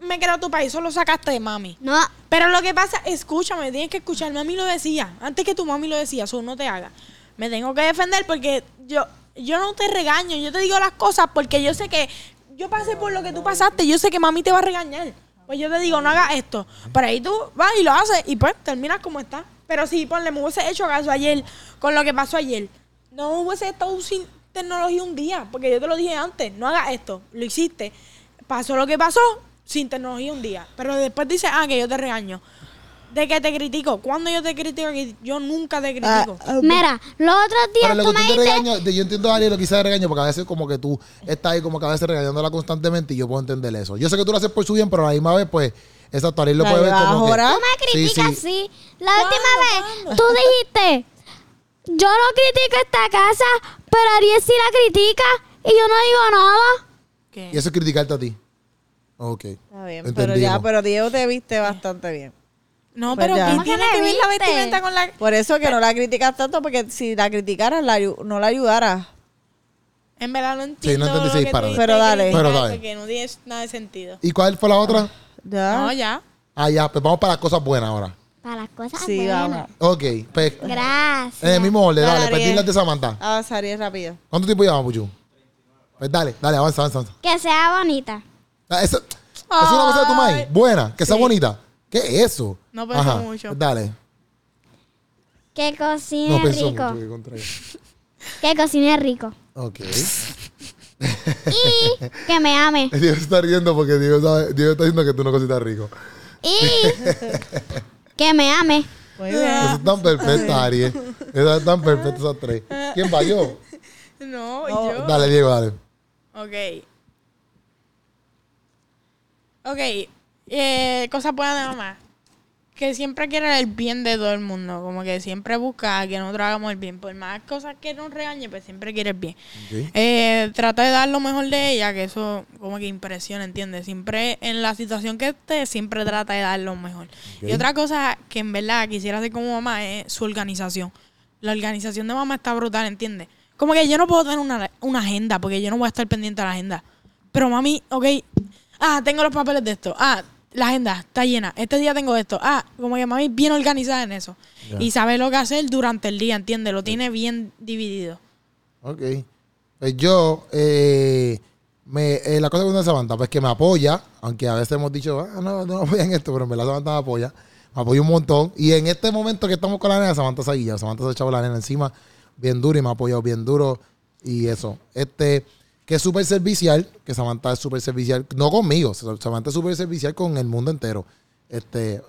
S2: me creo tu país, eso lo sacaste de mami.
S1: No,
S2: Pero lo que pasa, escúchame, tienes que escuchar. Mami lo decía, antes que tu mami lo decía, eso no te haga. Me tengo que defender porque yo, yo no te regaño, yo te digo las cosas porque yo sé que yo pasé por lo que tú pasaste, yo sé que mami te va a regañar. Pues yo te digo, no hagas esto. Por ahí tú vas y lo haces y pues terminas como está. Pero si ponle, me hubiese hecho caso ayer con lo que pasó ayer, no hubiese estado sin tecnología un día, porque yo te lo dije antes, no hagas esto, lo hiciste pasó lo que pasó sin tecnología un día. Pero después dice, ah, que yo te regaño. De que te critico. ¿Cuándo yo te critico? Que Yo nunca te critico.
S8: Ah,
S1: mira, los otros
S3: Pero
S1: días
S3: lo
S1: tú
S3: que tú
S1: me
S3: te
S1: dijiste.
S3: regaño, de- yo entiendo a Darío lo que dice de regaño, porque a veces como que tú estás ahí como que a veces regañándola constantemente y yo puedo entender eso. Yo sé que tú lo haces por su bien, pero a la misma vez, pues, exacto, Ariel lo
S4: La
S3: puede ver
S4: llevas
S3: como que...
S4: ahora.
S1: Tú me criticas, sí.
S3: sí.
S1: La
S2: ¿Cuándo,
S1: última
S2: cuándo?
S1: vez tú dijiste, yo no critico esta casa, pero Ariel sí la critica y yo no digo nada.
S2: ¿Qué?
S3: Y eso es criticarte a ti. Ok.
S8: Está bien, pero
S3: Entendimos.
S8: ya, pero Diego te viste bastante bien.
S2: No,
S8: Pues
S2: pero
S8: ya.
S2: ¿qué
S1: ¿Cómo que
S2: tiene
S1: me
S2: que ver la
S1: viste?
S2: vestimenta con la...?
S8: Por eso que no la criticas tanto, porque si la criticaras, la ayu- no la ayudaras.
S2: En verdad no entiendo
S3: entendí
S2: lo
S3: ese
S2: que
S3: disparate.
S2: tuviste
S8: Pero
S2: que
S8: dale.
S2: criticar
S3: Pero dale.
S2: Porque no tiene nada de sentido.
S3: ¿Y cuál fue la otra?
S8: Ya.
S2: No, ya.
S3: Ah, ya, pues vamos para las cosas buenas ahora.
S1: Para las cosas
S8: sí,
S1: buenas.
S8: vamos.
S3: Ok, pues
S1: Gracias.
S3: en el mismo orden,
S8: Dale,
S3: dale, pues
S8: Ariel.
S3: dile las de Samantha.
S8: Ah, Sari, es rápido.
S3: ¿Cuánto tiempo llevamos, Puchu? Pues dale, dale, avanza, avanza, avanza.
S1: Que sea bonita.
S3: Ah, esa- es una cosa de tu madre, buena, que sea bonita. ¿Qué es eso?
S2: No pensó mucho.
S3: pues dale.
S1: Que cocine
S3: No pues, pensó
S1: rico.
S3: mucho, que contrario.
S1: Que cocine rico.
S3: Ok.
S1: Y que me ame.
S3: Dios está riendo porque Dios, sabe- Dios está diciendo que tú no cositas rico.
S1: Y que me ame.
S8: Muy bien.
S3: Esas están perfectas, Ariel. Esas están perfectas esas tres. ¿Quién va? ¿Yo?
S2: No, yo.
S3: Dale, Diego, dale.
S2: Ok. Ok. Eh, cosas buenas de mamá. Que siempre quiere el bien de todo el mundo. Como que siempre busca que nosotros hagamos el bien. Por más cosas que nos regañe, pues siempre quiere el bien.
S3: Ok.
S2: Eh, trata de dar lo mejor de ella, que eso como que impresiona, ¿entiendes? Siempre, en la situación que esté, siempre trata de dar lo mejor.
S3: Ok.
S2: Y otra cosa que en verdad quisiera hacer como mamá es su organización. La organización de mamá está brutal, ¿entiendes? Como que yo no puedo tener una, una agenda, porque yo no voy a estar pendiente a la agenda. Pero mami, ok, ah, tengo los papeles de esto, ah, la agenda está llena, este día tengo esto, ah, como que mami es bien organizada en eso.
S3: Ya.
S2: Y sabe lo que hacer durante el día, ¿entiendes? Lo tiene bien dividido.
S3: Ok. Pues yo, eh, me, eh, la cosa que de Samantha, pues que me apoya, aunque a veces hemos dicho, ah, no, no me apoyan esto, pero en verdad Samantha me apoya, me apoya un montón. Y en este momento que estamos con la nena, Samantha se ha guillado, Samantha se ha echado la nena encima bien duro y me ha apoyado bien duro y eso. Este, que es súper servicial, que Samantha es súper servicial, no conmigo, Samantha es súper servicial con el mundo entero. Este,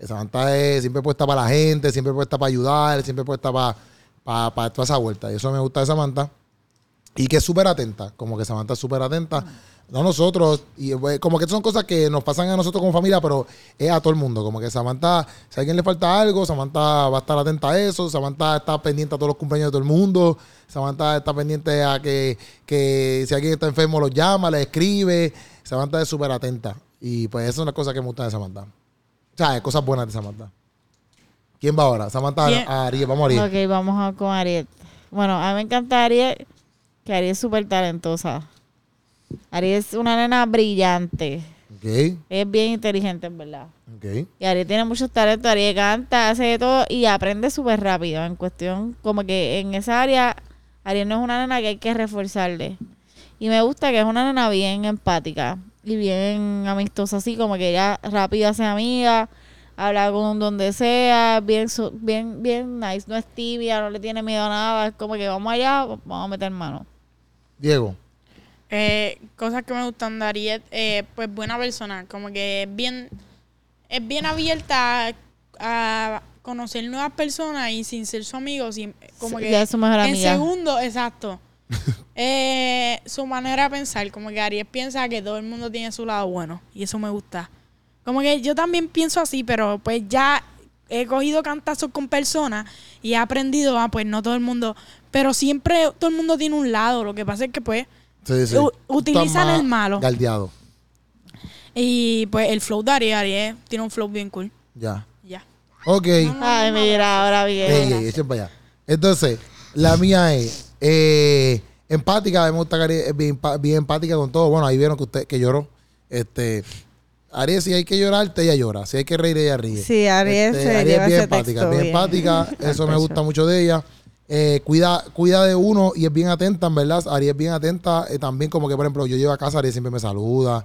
S3: Samantha es siempre puesta para la gente, siempre puesta para ayudar, siempre puesta para para toda esa vuelta. Y eso me gusta de Samantha. Y que es súper atenta, como que Samantha es súper atenta. No a nosotros, y eh, como que son cosas que nos pasan a nosotros como familia, pero es a todo el mundo. Como que Samantha, si a alguien le falta algo, Samantha va a estar atenta a eso. Samantha está pendiente a todos los cumpleaños de todo el mundo. Samantha está pendiente a que, que si alguien está enfermo lo llama, le escribe. Samantha es súper atenta. Y pues eso es una cosa que me gusta de Samantha. O sea, es cosas buenas de Samantha. ¿Quién va ahora? Samantha
S2: ¿Quién?
S3: a Ariel, vamos a Ariel.
S4: Ok, vamos a- con Ariel. Bueno, a mí me encanta Ariel, que Ariel es súper talentosa. Ariel es una nena brillante.
S3: Ok,
S4: Es bien inteligente, en verdad.
S3: ok.
S4: Y Ariel tiene muchos talentos. Ariel canta, hace de todo y aprende súper rápido. En cuestión, como que en esa área, Ariel no es una nena que hay que reforzarle. Y me gusta que es una nena bien empática y bien amistosa, así como que ella rápido hace amiga, habla con donde sea, bien, so- bien, bien nice. No es tibia, no le tiene miedo a nada. Es como que vamos allá, vamos a meter mano.
S3: Diego.
S2: Eh, cosas que me gustan de Ariel, eh, pues buena persona, como que es bien, es bien abierta a, a conocer nuevas personas y sin ser su amigo, sin- como
S4: Sí,
S2: que
S4: ya es su mejor
S2: en
S4: amiga.
S2: segundo, exacto. Eh, su manera de pensar, como que Ariel piensa que todo el mundo tiene su lado bueno y eso me gusta. Como que yo también pienso así, pero pues ya he cogido cantazos con personas y he aprendido, ah, pues no todo el mundo, pero siempre todo el mundo tiene un lado, lo que pasa es que pues
S3: Sí, sí.
S2: U-
S3: Tú estás
S2: utilizan
S3: más
S2: el malo.
S3: Galdeado.
S2: Y pues el flow de Ariel, Ariel tiene un flow bien cool.
S3: Ya.
S2: Ya.
S3: Ok.
S4: Ay, mira, ahora bien.
S3: Ey, ey, echen para allá. Entonces, la mía es eh, empática. A mí me gusta que Ariel es bien, pa- bien empática con todo. Bueno, ahí vieron que usted que lloró. Este, Ariel, si hay que llorarte, ella llora. Si hay que reír, ella ríe. Este,
S8: Sí, Ariel se
S3: es
S8: lleva
S3: bien
S8: ese
S3: empática.
S8: texto
S3: bien,
S8: bien.
S3: empática. Eso me gusta mucho de ella. Eh, cuida, cuida de uno y es bien atenta, en verdad. Ariel es bien atenta. eh, también como que, por ejemplo, yo llego a casa, Ariel siempre me saluda.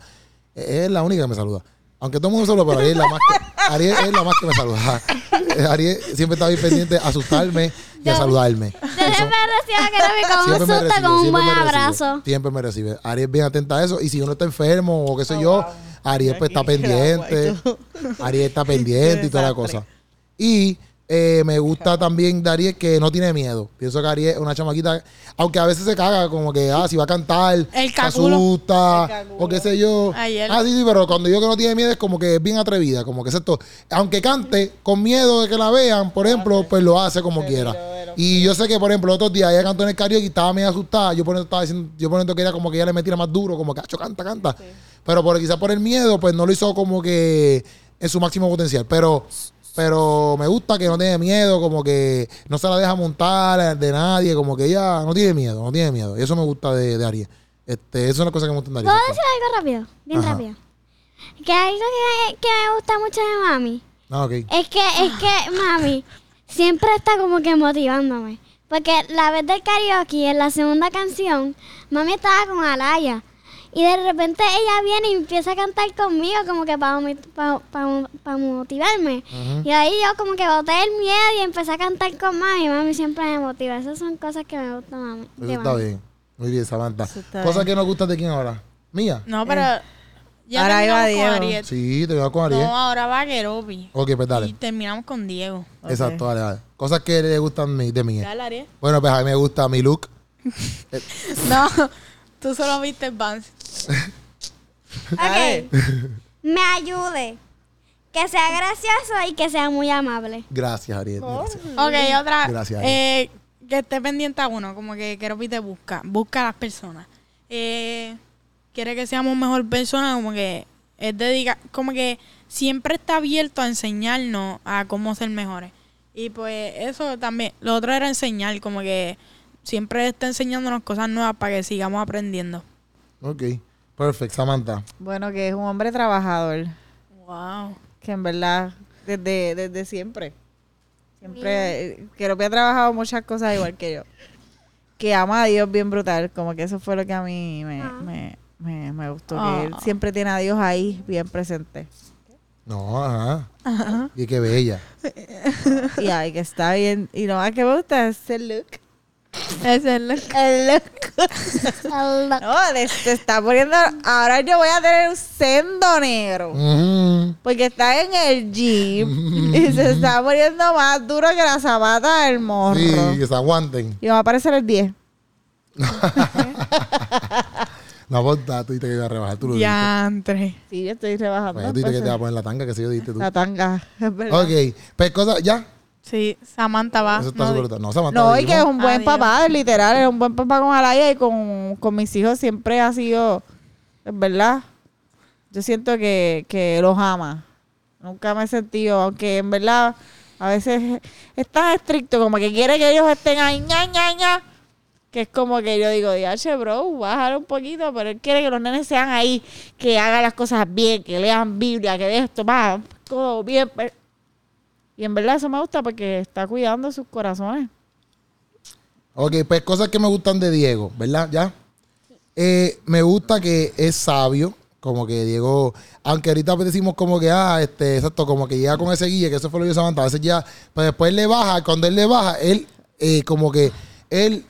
S3: Eh, es la única que me saluda. Aunque todo el mundo saluda, pero Ariel es la más que, Ariel es la más que me saluda. Eh, Ariel siempre está bien pendiente a asustarme y a
S1: Yo-
S3: saludarme.
S1: Yo siempre recibo que no me con un
S3: Siempre me
S1: susto,
S3: recibe,
S1: con un
S3: siempre
S1: buen
S3: me recibe,
S1: abrazo.
S3: Siempre me recibe. Ariel es bien atenta a eso. Y si uno está enfermo o qué sé yo, Ariel pues está pendiente. Ariel está pendiente y toda la cosa. Y eh, me gusta también de Ariel que no tiene miedo. Pienso que Ariel es una chamaquita, aunque a veces se caga, como que, ah, si va a cantar,
S2: El
S3: se
S2: caculo.
S3: asusta, o qué sé yo.
S2: Ayer.
S3: Ah, sí, sí, pero cuando digo que no tiene miedo es como que es bien atrevida, como que es esto. Aunque cante con miedo de que la vean, por ejemplo, pues lo hace como quiera. Y yo sé que, por ejemplo, otros días ella cantó en el karaoke y estaba medio asustada. Yo por eso estaba diciendo, yo por eso que era como que ella le metiera más duro, como que, "Acho, canta, canta. Pero por, quizás por el miedo, pues no lo hizo como que en su máximo potencial. Pero, pero me gusta que no tiene miedo, como que no se la deja montar de nadie, como que ella no tiene miedo, no tiene miedo. Y eso me gusta de, de Aries. Este, eso es una cosa que me gusta de Aries.
S1: ¿Puedo decir algo rápido? Bien
S3: Ajá.
S1: rápido. Que algo que, que me gusta mucho de mami
S3: Ah, ok.
S1: es que, es que mami siempre está como que motivándome. Porque la vez del karaoke, en la segunda canción, mami estaba con Alaya. Y de repente ella viene y empieza a cantar conmigo como que para motivarme. Y ahí yo como que boté el miedo y empecé a cantar con mami. Mami siempre me motiva. Esas son cosas que me gustan mami, de
S3: Eso está
S1: mami.
S3: bien. Muy bien, Samantha.
S4: está
S3: Cosa que no gustan de quién ahora. Mía.
S6: No, pero. ya
S4: Eh, ahora iba
S6: terminamos con
S4: Diego.
S6: Ariel.
S3: Sí, te veo con Aries.
S6: No, ahora va Gerobi.
S3: Ok, pues dale.
S6: Y terminamos con Diego.
S3: Exacto, dale, dale. Cosas que le gustan mi- de mí.
S6: Dale, Ariel.
S3: Bueno, pues a mí me gusta mi look.
S6: No, tú solo viste el Vans.
S1: Ok. Me ayude. Que sea gracioso y que sea muy amable.
S3: Gracias, Ariel. Gracias.
S6: Mm. Ok, otra.
S3: Gracias,
S6: eh, que esté pendiente a uno, como que Gerobi te busca. Busca a las personas. Eh, quiere que seamos mejor personas, como que es dedica, como que siempre está abierto a enseñarnos a cómo ser mejores. Y pues eso también, lo otro era enseñar, como que siempre está enseñándonos cosas nuevas para que sigamos aprendiendo.
S3: Ok. Perfect, Samantha.
S4: Bueno, que es un hombre trabajador.
S6: Wow.
S4: que en verdad desde, desde siempre. Siempre eh, creo que ha trabajado muchas cosas igual que yo. Que ama a Dios bien brutal, como que eso fue lo que a mí me, me, me- me gustó. Que él
S6: Ah.
S4: siempre tiene a Dios ahí bien presente.
S3: No, ajá. Y qué bella.
S4: Y ay, que está bien. Y no, ¿a qué me gusta ese look?
S6: Ese es lo
S4: El look. No, le- se está poniendo. Ahora yo voy a tener un sendo negro.
S3: Ujú.
S4: Porque está en el gym y se está poniendo más duro que la zapata del morro.
S3: Sí, que se aguanten.
S4: Y me va a aparecer el 10.
S3: No, vos da- tú dijiste que iba a rebajar. Tú lo dijiste.
S6: Ya, André.
S4: Sí, yo estoy rebajando.
S3: Pues, tú dijiste que te
S4: peso.
S3: iba a poner la tanga, que sé yo, dijiste tú.
S4: La tanga. es verdad.
S3: Ok. Pues cosas, ya.
S6: Sí, Samantha
S2: Ah,
S6: va.
S3: Eso está
S6: no,
S3: súper brutal. No, Samantha.
S4: No,
S3: lo
S4: y que es
S3: dijimos.
S4: un buen
S6: Adiós.
S4: papá, literal, es un buen papá con Alaya y con, con mis hijos siempre ha sido, es verdad, yo siento que, que los ama. Nunca me he sentido, aunque en verdad a veces es tan estricto como que quiere que ellos estén ahí, ña, ña, ña, que es como que yo digo, diache, bro, bájalo un poquito, pero él quiere que los nenes sean ahí, que hagan las cosas bien, que lean Biblia, que esto, va, todo bien. pero- Y en verdad eso me gusta porque está cuidando sus corazones.
S3: Ok, pues cosas que me gustan de Diego, ¿verdad? ¿Ya? Eh, me gusta que es sabio, como que Diego, aunque ahorita pues decimos como que, ah, este, exacto, como que llega con ese guille, que eso fue lo que yo Samantha, a veces ya, pero después le baja, cuando él le baja, él, eh, como que, él,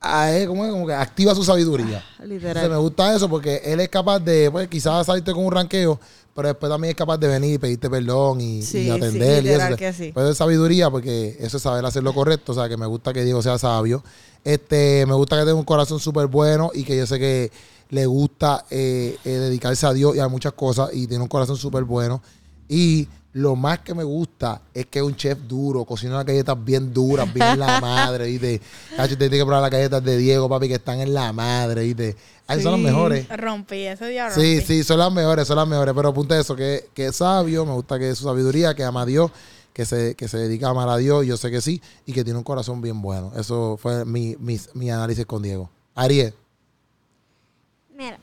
S3: a él, como, que- como que activa su sabiduría. Entonces, me
S4: Ah, Literal.
S3: gusta eso porque él es capaz de, pues quizás salirte con un ranqueo, pero después también es capaz de venir y pedirte perdón y, y
S4: Sí,
S3: atender.
S4: sí,
S3: y eso.
S4: literal que sí.
S3: Pero es sabiduría porque eso es saber hacer lo correcto. O sea, que me gusta que Diego sea sabio. Este, me gusta que tenga un corazón súper bueno y que yo sé que le gusta eh, eh, dedicarse a Dios y a muchas cosas y tiene un corazón súper bueno. Y lo más que me gusta es que es un chef duro, cocina unas galletas bien duras, bien en la madre, ¿viste? Cacho, te tienes que probar las galletas de Diego, papi, que están en la madre, ¿viste? Ahí son las mejores.
S6: Rompí, ese día rompí.
S3: Sí, sí, son las mejores, son las mejores. Pero apunta eso, que, que es sabio, me gusta que es su sabiduría, que ama a Dios, que se, que se dedica a amar a Dios, yo sé que sí, y que tiene un corazón bien bueno. Eso fue mi, mis- mi análisis con Diego. Ariel.
S1: Mira,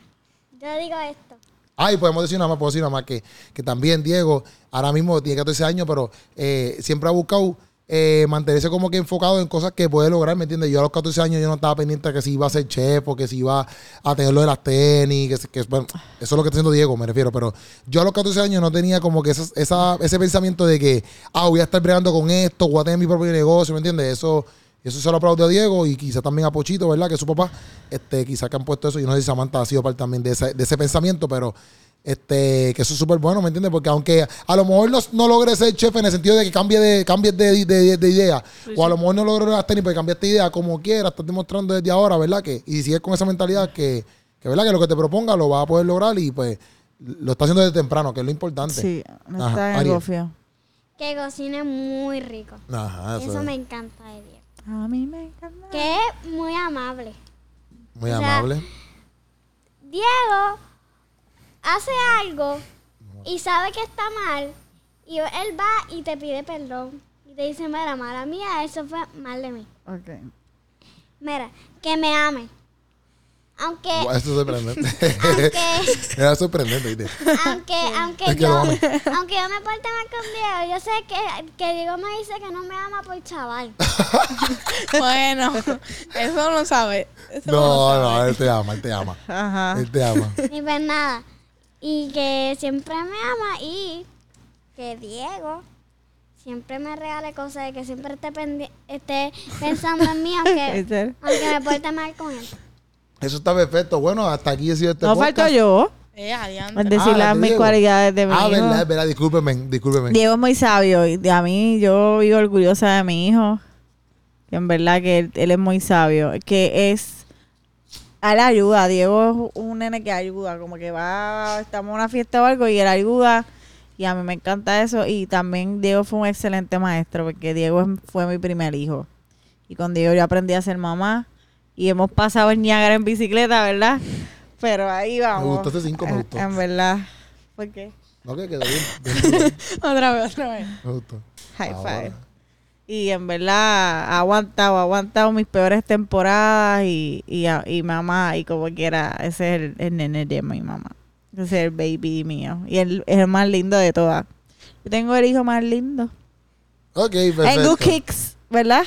S1: yo digo esto.
S3: Ay, podemos decir nada más, puedo decir nada más que, que también Diego, ahora mismo tiene 14 años, pero eh, siempre ha buscado eh, mantenerse como que enfocado en cosas que puede lograr, ¿me entiendes? Yo a los 14 años yo no estaba pendiente de que si iba a ser chef o que si iba a tener lo de las tenis, que, si- que bueno, eso es lo que está haciendo Diego, me refiero, pero yo a los 14 años no tenía como que esas- esa, ese pensamiento de que, ah, voy a estar bregando con esto, voy a tener mi propio negocio, ¿me entiendes? Eso... Y eso se lo aplaudo a Diego y quizás también a Pochito, ¿verdad? Que es su papá, este, quizás que han puesto eso. Yo no sé si Samantha ha sido parte también de ese, de ese pensamiento, pero este, que eso es súper bueno, ¿me entiendes? Porque aunque a lo mejor no, no logre ser chef en el sentido de que cambie de, cambie de, de- de idea, o a lo mejor no logre las tenis, pero cambiaste de idea como quiera, estás demostrando desde ahora, ¿verdad? Que, y si sigues con esa mentalidad que, que, ¿verdad? Que lo que te proponga lo vas a poder lograr y pues lo está haciendo desde temprano, que es lo importante.
S4: Sí, no
S3: Ajá,
S4: está en el
S3: Ariel.
S4: gofio.
S1: Que cocine muy rico.
S3: Ajá, eso,
S1: Eso
S3: es
S1: me encanta de Dios.
S4: A mí me encanta.
S1: Que es muy amable.
S3: muy
S1: o sea,
S3: amable.
S1: Diego hace algo y sabe que está mal, y él va y te pide perdón. Y te dice, mira, mala mía, eso fue mal de mí.
S4: Ok.
S1: Mira, que me ame. Aunque,
S3: Guau, Esto es sorprendente.
S1: aunque,
S3: Era sorprendente, ¿viste?
S1: aunque, aunque,
S3: Es que
S1: yo,
S3: lo
S1: aunque
S3: ame.
S1: yo me porte mal con Diego, yo sé que, que Diego me dice que no me ama por chaval.
S9: Bueno, eso no sabe. Eso
S3: No, no, él te ama, él te ama.
S4: Ajá.
S3: Él te ama.
S1: Ni ver nada. Y que siempre me ama y que Diego siempre me regale cosas y que siempre esté, pendi- esté pensando en mí,
S3: Eh,
S1: aunque,
S4: Ese-
S1: aunque me porte mal con él.
S3: Eso está perfecto. Bueno, hasta aquí he sido este
S4: No
S3: podcast.
S4: falto yo.
S2: Eh, adiante.
S4: En decir
S3: Ah,
S4: las
S3: de
S4: mis
S3: Diego.
S4: cualidades de mi
S3: Ah,
S4: hijo.
S3: verdad, verdad, discúlpeme, discúlpeme.
S4: Diego es muy sabio. Y de a mí, yo vivo orgullosa de mi hijo. Y en verdad que él, él es muy sabio. Que es. A él ayuda. Diego es un nene que ayuda. Como que va. Estamos en una fiesta o algo y él ayuda. Y a mí me encanta eso. Y también Diego fue un excelente maestro. Porque Diego es- fue mi primer hijo. Y con Diego yo aprendí a ser mamá. Y hemos pasado el Niágara en bicicleta, ¿verdad? Pero ahí vamos.
S3: gustó ese cinco, me
S4: En-
S3: gustó.
S4: En verdad. ¿Por qué?
S3: No, que quedó bien. bien,
S9: Otra vez, otra vez.
S3: Me gustó.
S4: High
S3: Ahora.
S4: five. Y en verdad ha aguantado, ha aguantado mis peores temporadas y, y, a- y mamá, y como quiera, ese es el, el nene de mi mamá. Ese es el baby mío. Y él es el más lindo de todas. Yo tengo el hijo más lindo.
S3: Ok, perfecto.
S4: En Good Kicks, ¿verdad?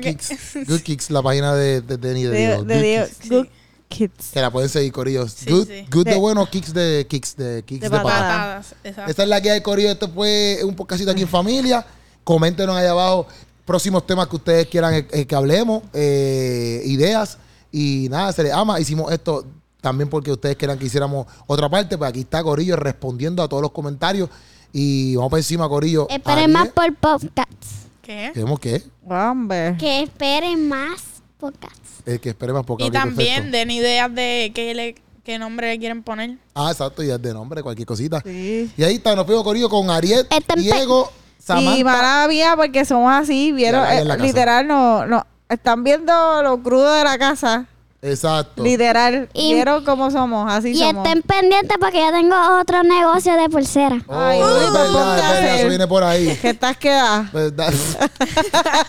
S3: Kicks. Good Kicks, la página de, de, de, de,
S4: De,
S3: Diego.
S4: de
S3: Good
S4: Diego.
S3: Kicks.
S4: Good Kicks.
S3: Que la pueden seguir, Corillos. good
S2: sí.
S3: good de,
S4: De-
S3: bueno, Kicks de Kicks de Kicks de,
S4: De
S3: patada.
S4: patada.
S2: Patadas, exacto.
S3: Esta es la guía de Corillo. Esto fue un podcastito aquí en familia. Coméntenos ahí abajo próximos temas que ustedes quieran eh, eh, que hablemos, eh, ideas. Y nada, se les ama. Hicimos esto también porque ustedes quieran que hiciéramos otra parte. Pues aquí está Corillo respondiendo a todos los comentarios. Y vamos para encima, Corillo.
S1: Esperen más
S3: Ariel,
S1: por podcasts.
S2: ¿Qué?
S3: ¿Queremos qué?
S4: Hombre.
S1: Que esperen más podcasts.
S3: El eh, que espere más porque
S2: Y
S3: ok,
S2: también
S3: perfecto.
S2: den ideas de qué, le, qué nombre le quieren poner.
S3: Ah, exacto, y de nombre, cualquier cosita.
S4: Sí.
S3: Y ahí está, nos fuimos Corillo con Ariel,
S1: Está en Este pe-
S3: Diego,
S4: Y
S3: Samantha.
S4: maravilla porque somos así, vieron,
S3: Ya la hay en
S4: eh,
S3: la casa.
S4: literal, no, no, están viendo lo crudo de la casa,
S3: Exacto.
S4: literal,
S1: Y-
S4: vieron cómo somos, así
S1: Y
S4: somos.
S1: estén pendientes porque yo tengo otro negocio de pulsera.
S4: Ay,
S3: Oh,
S4: no,
S3: es verdad,
S4: ponte a
S3: es verdad,
S4: ver.
S3: eso viene por ahí.
S4: que estás quedada.
S3: Pues, ¿Verdad?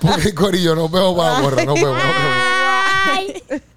S3: Porque Corillo, no veo para borrar, no veo.
S1: Bye.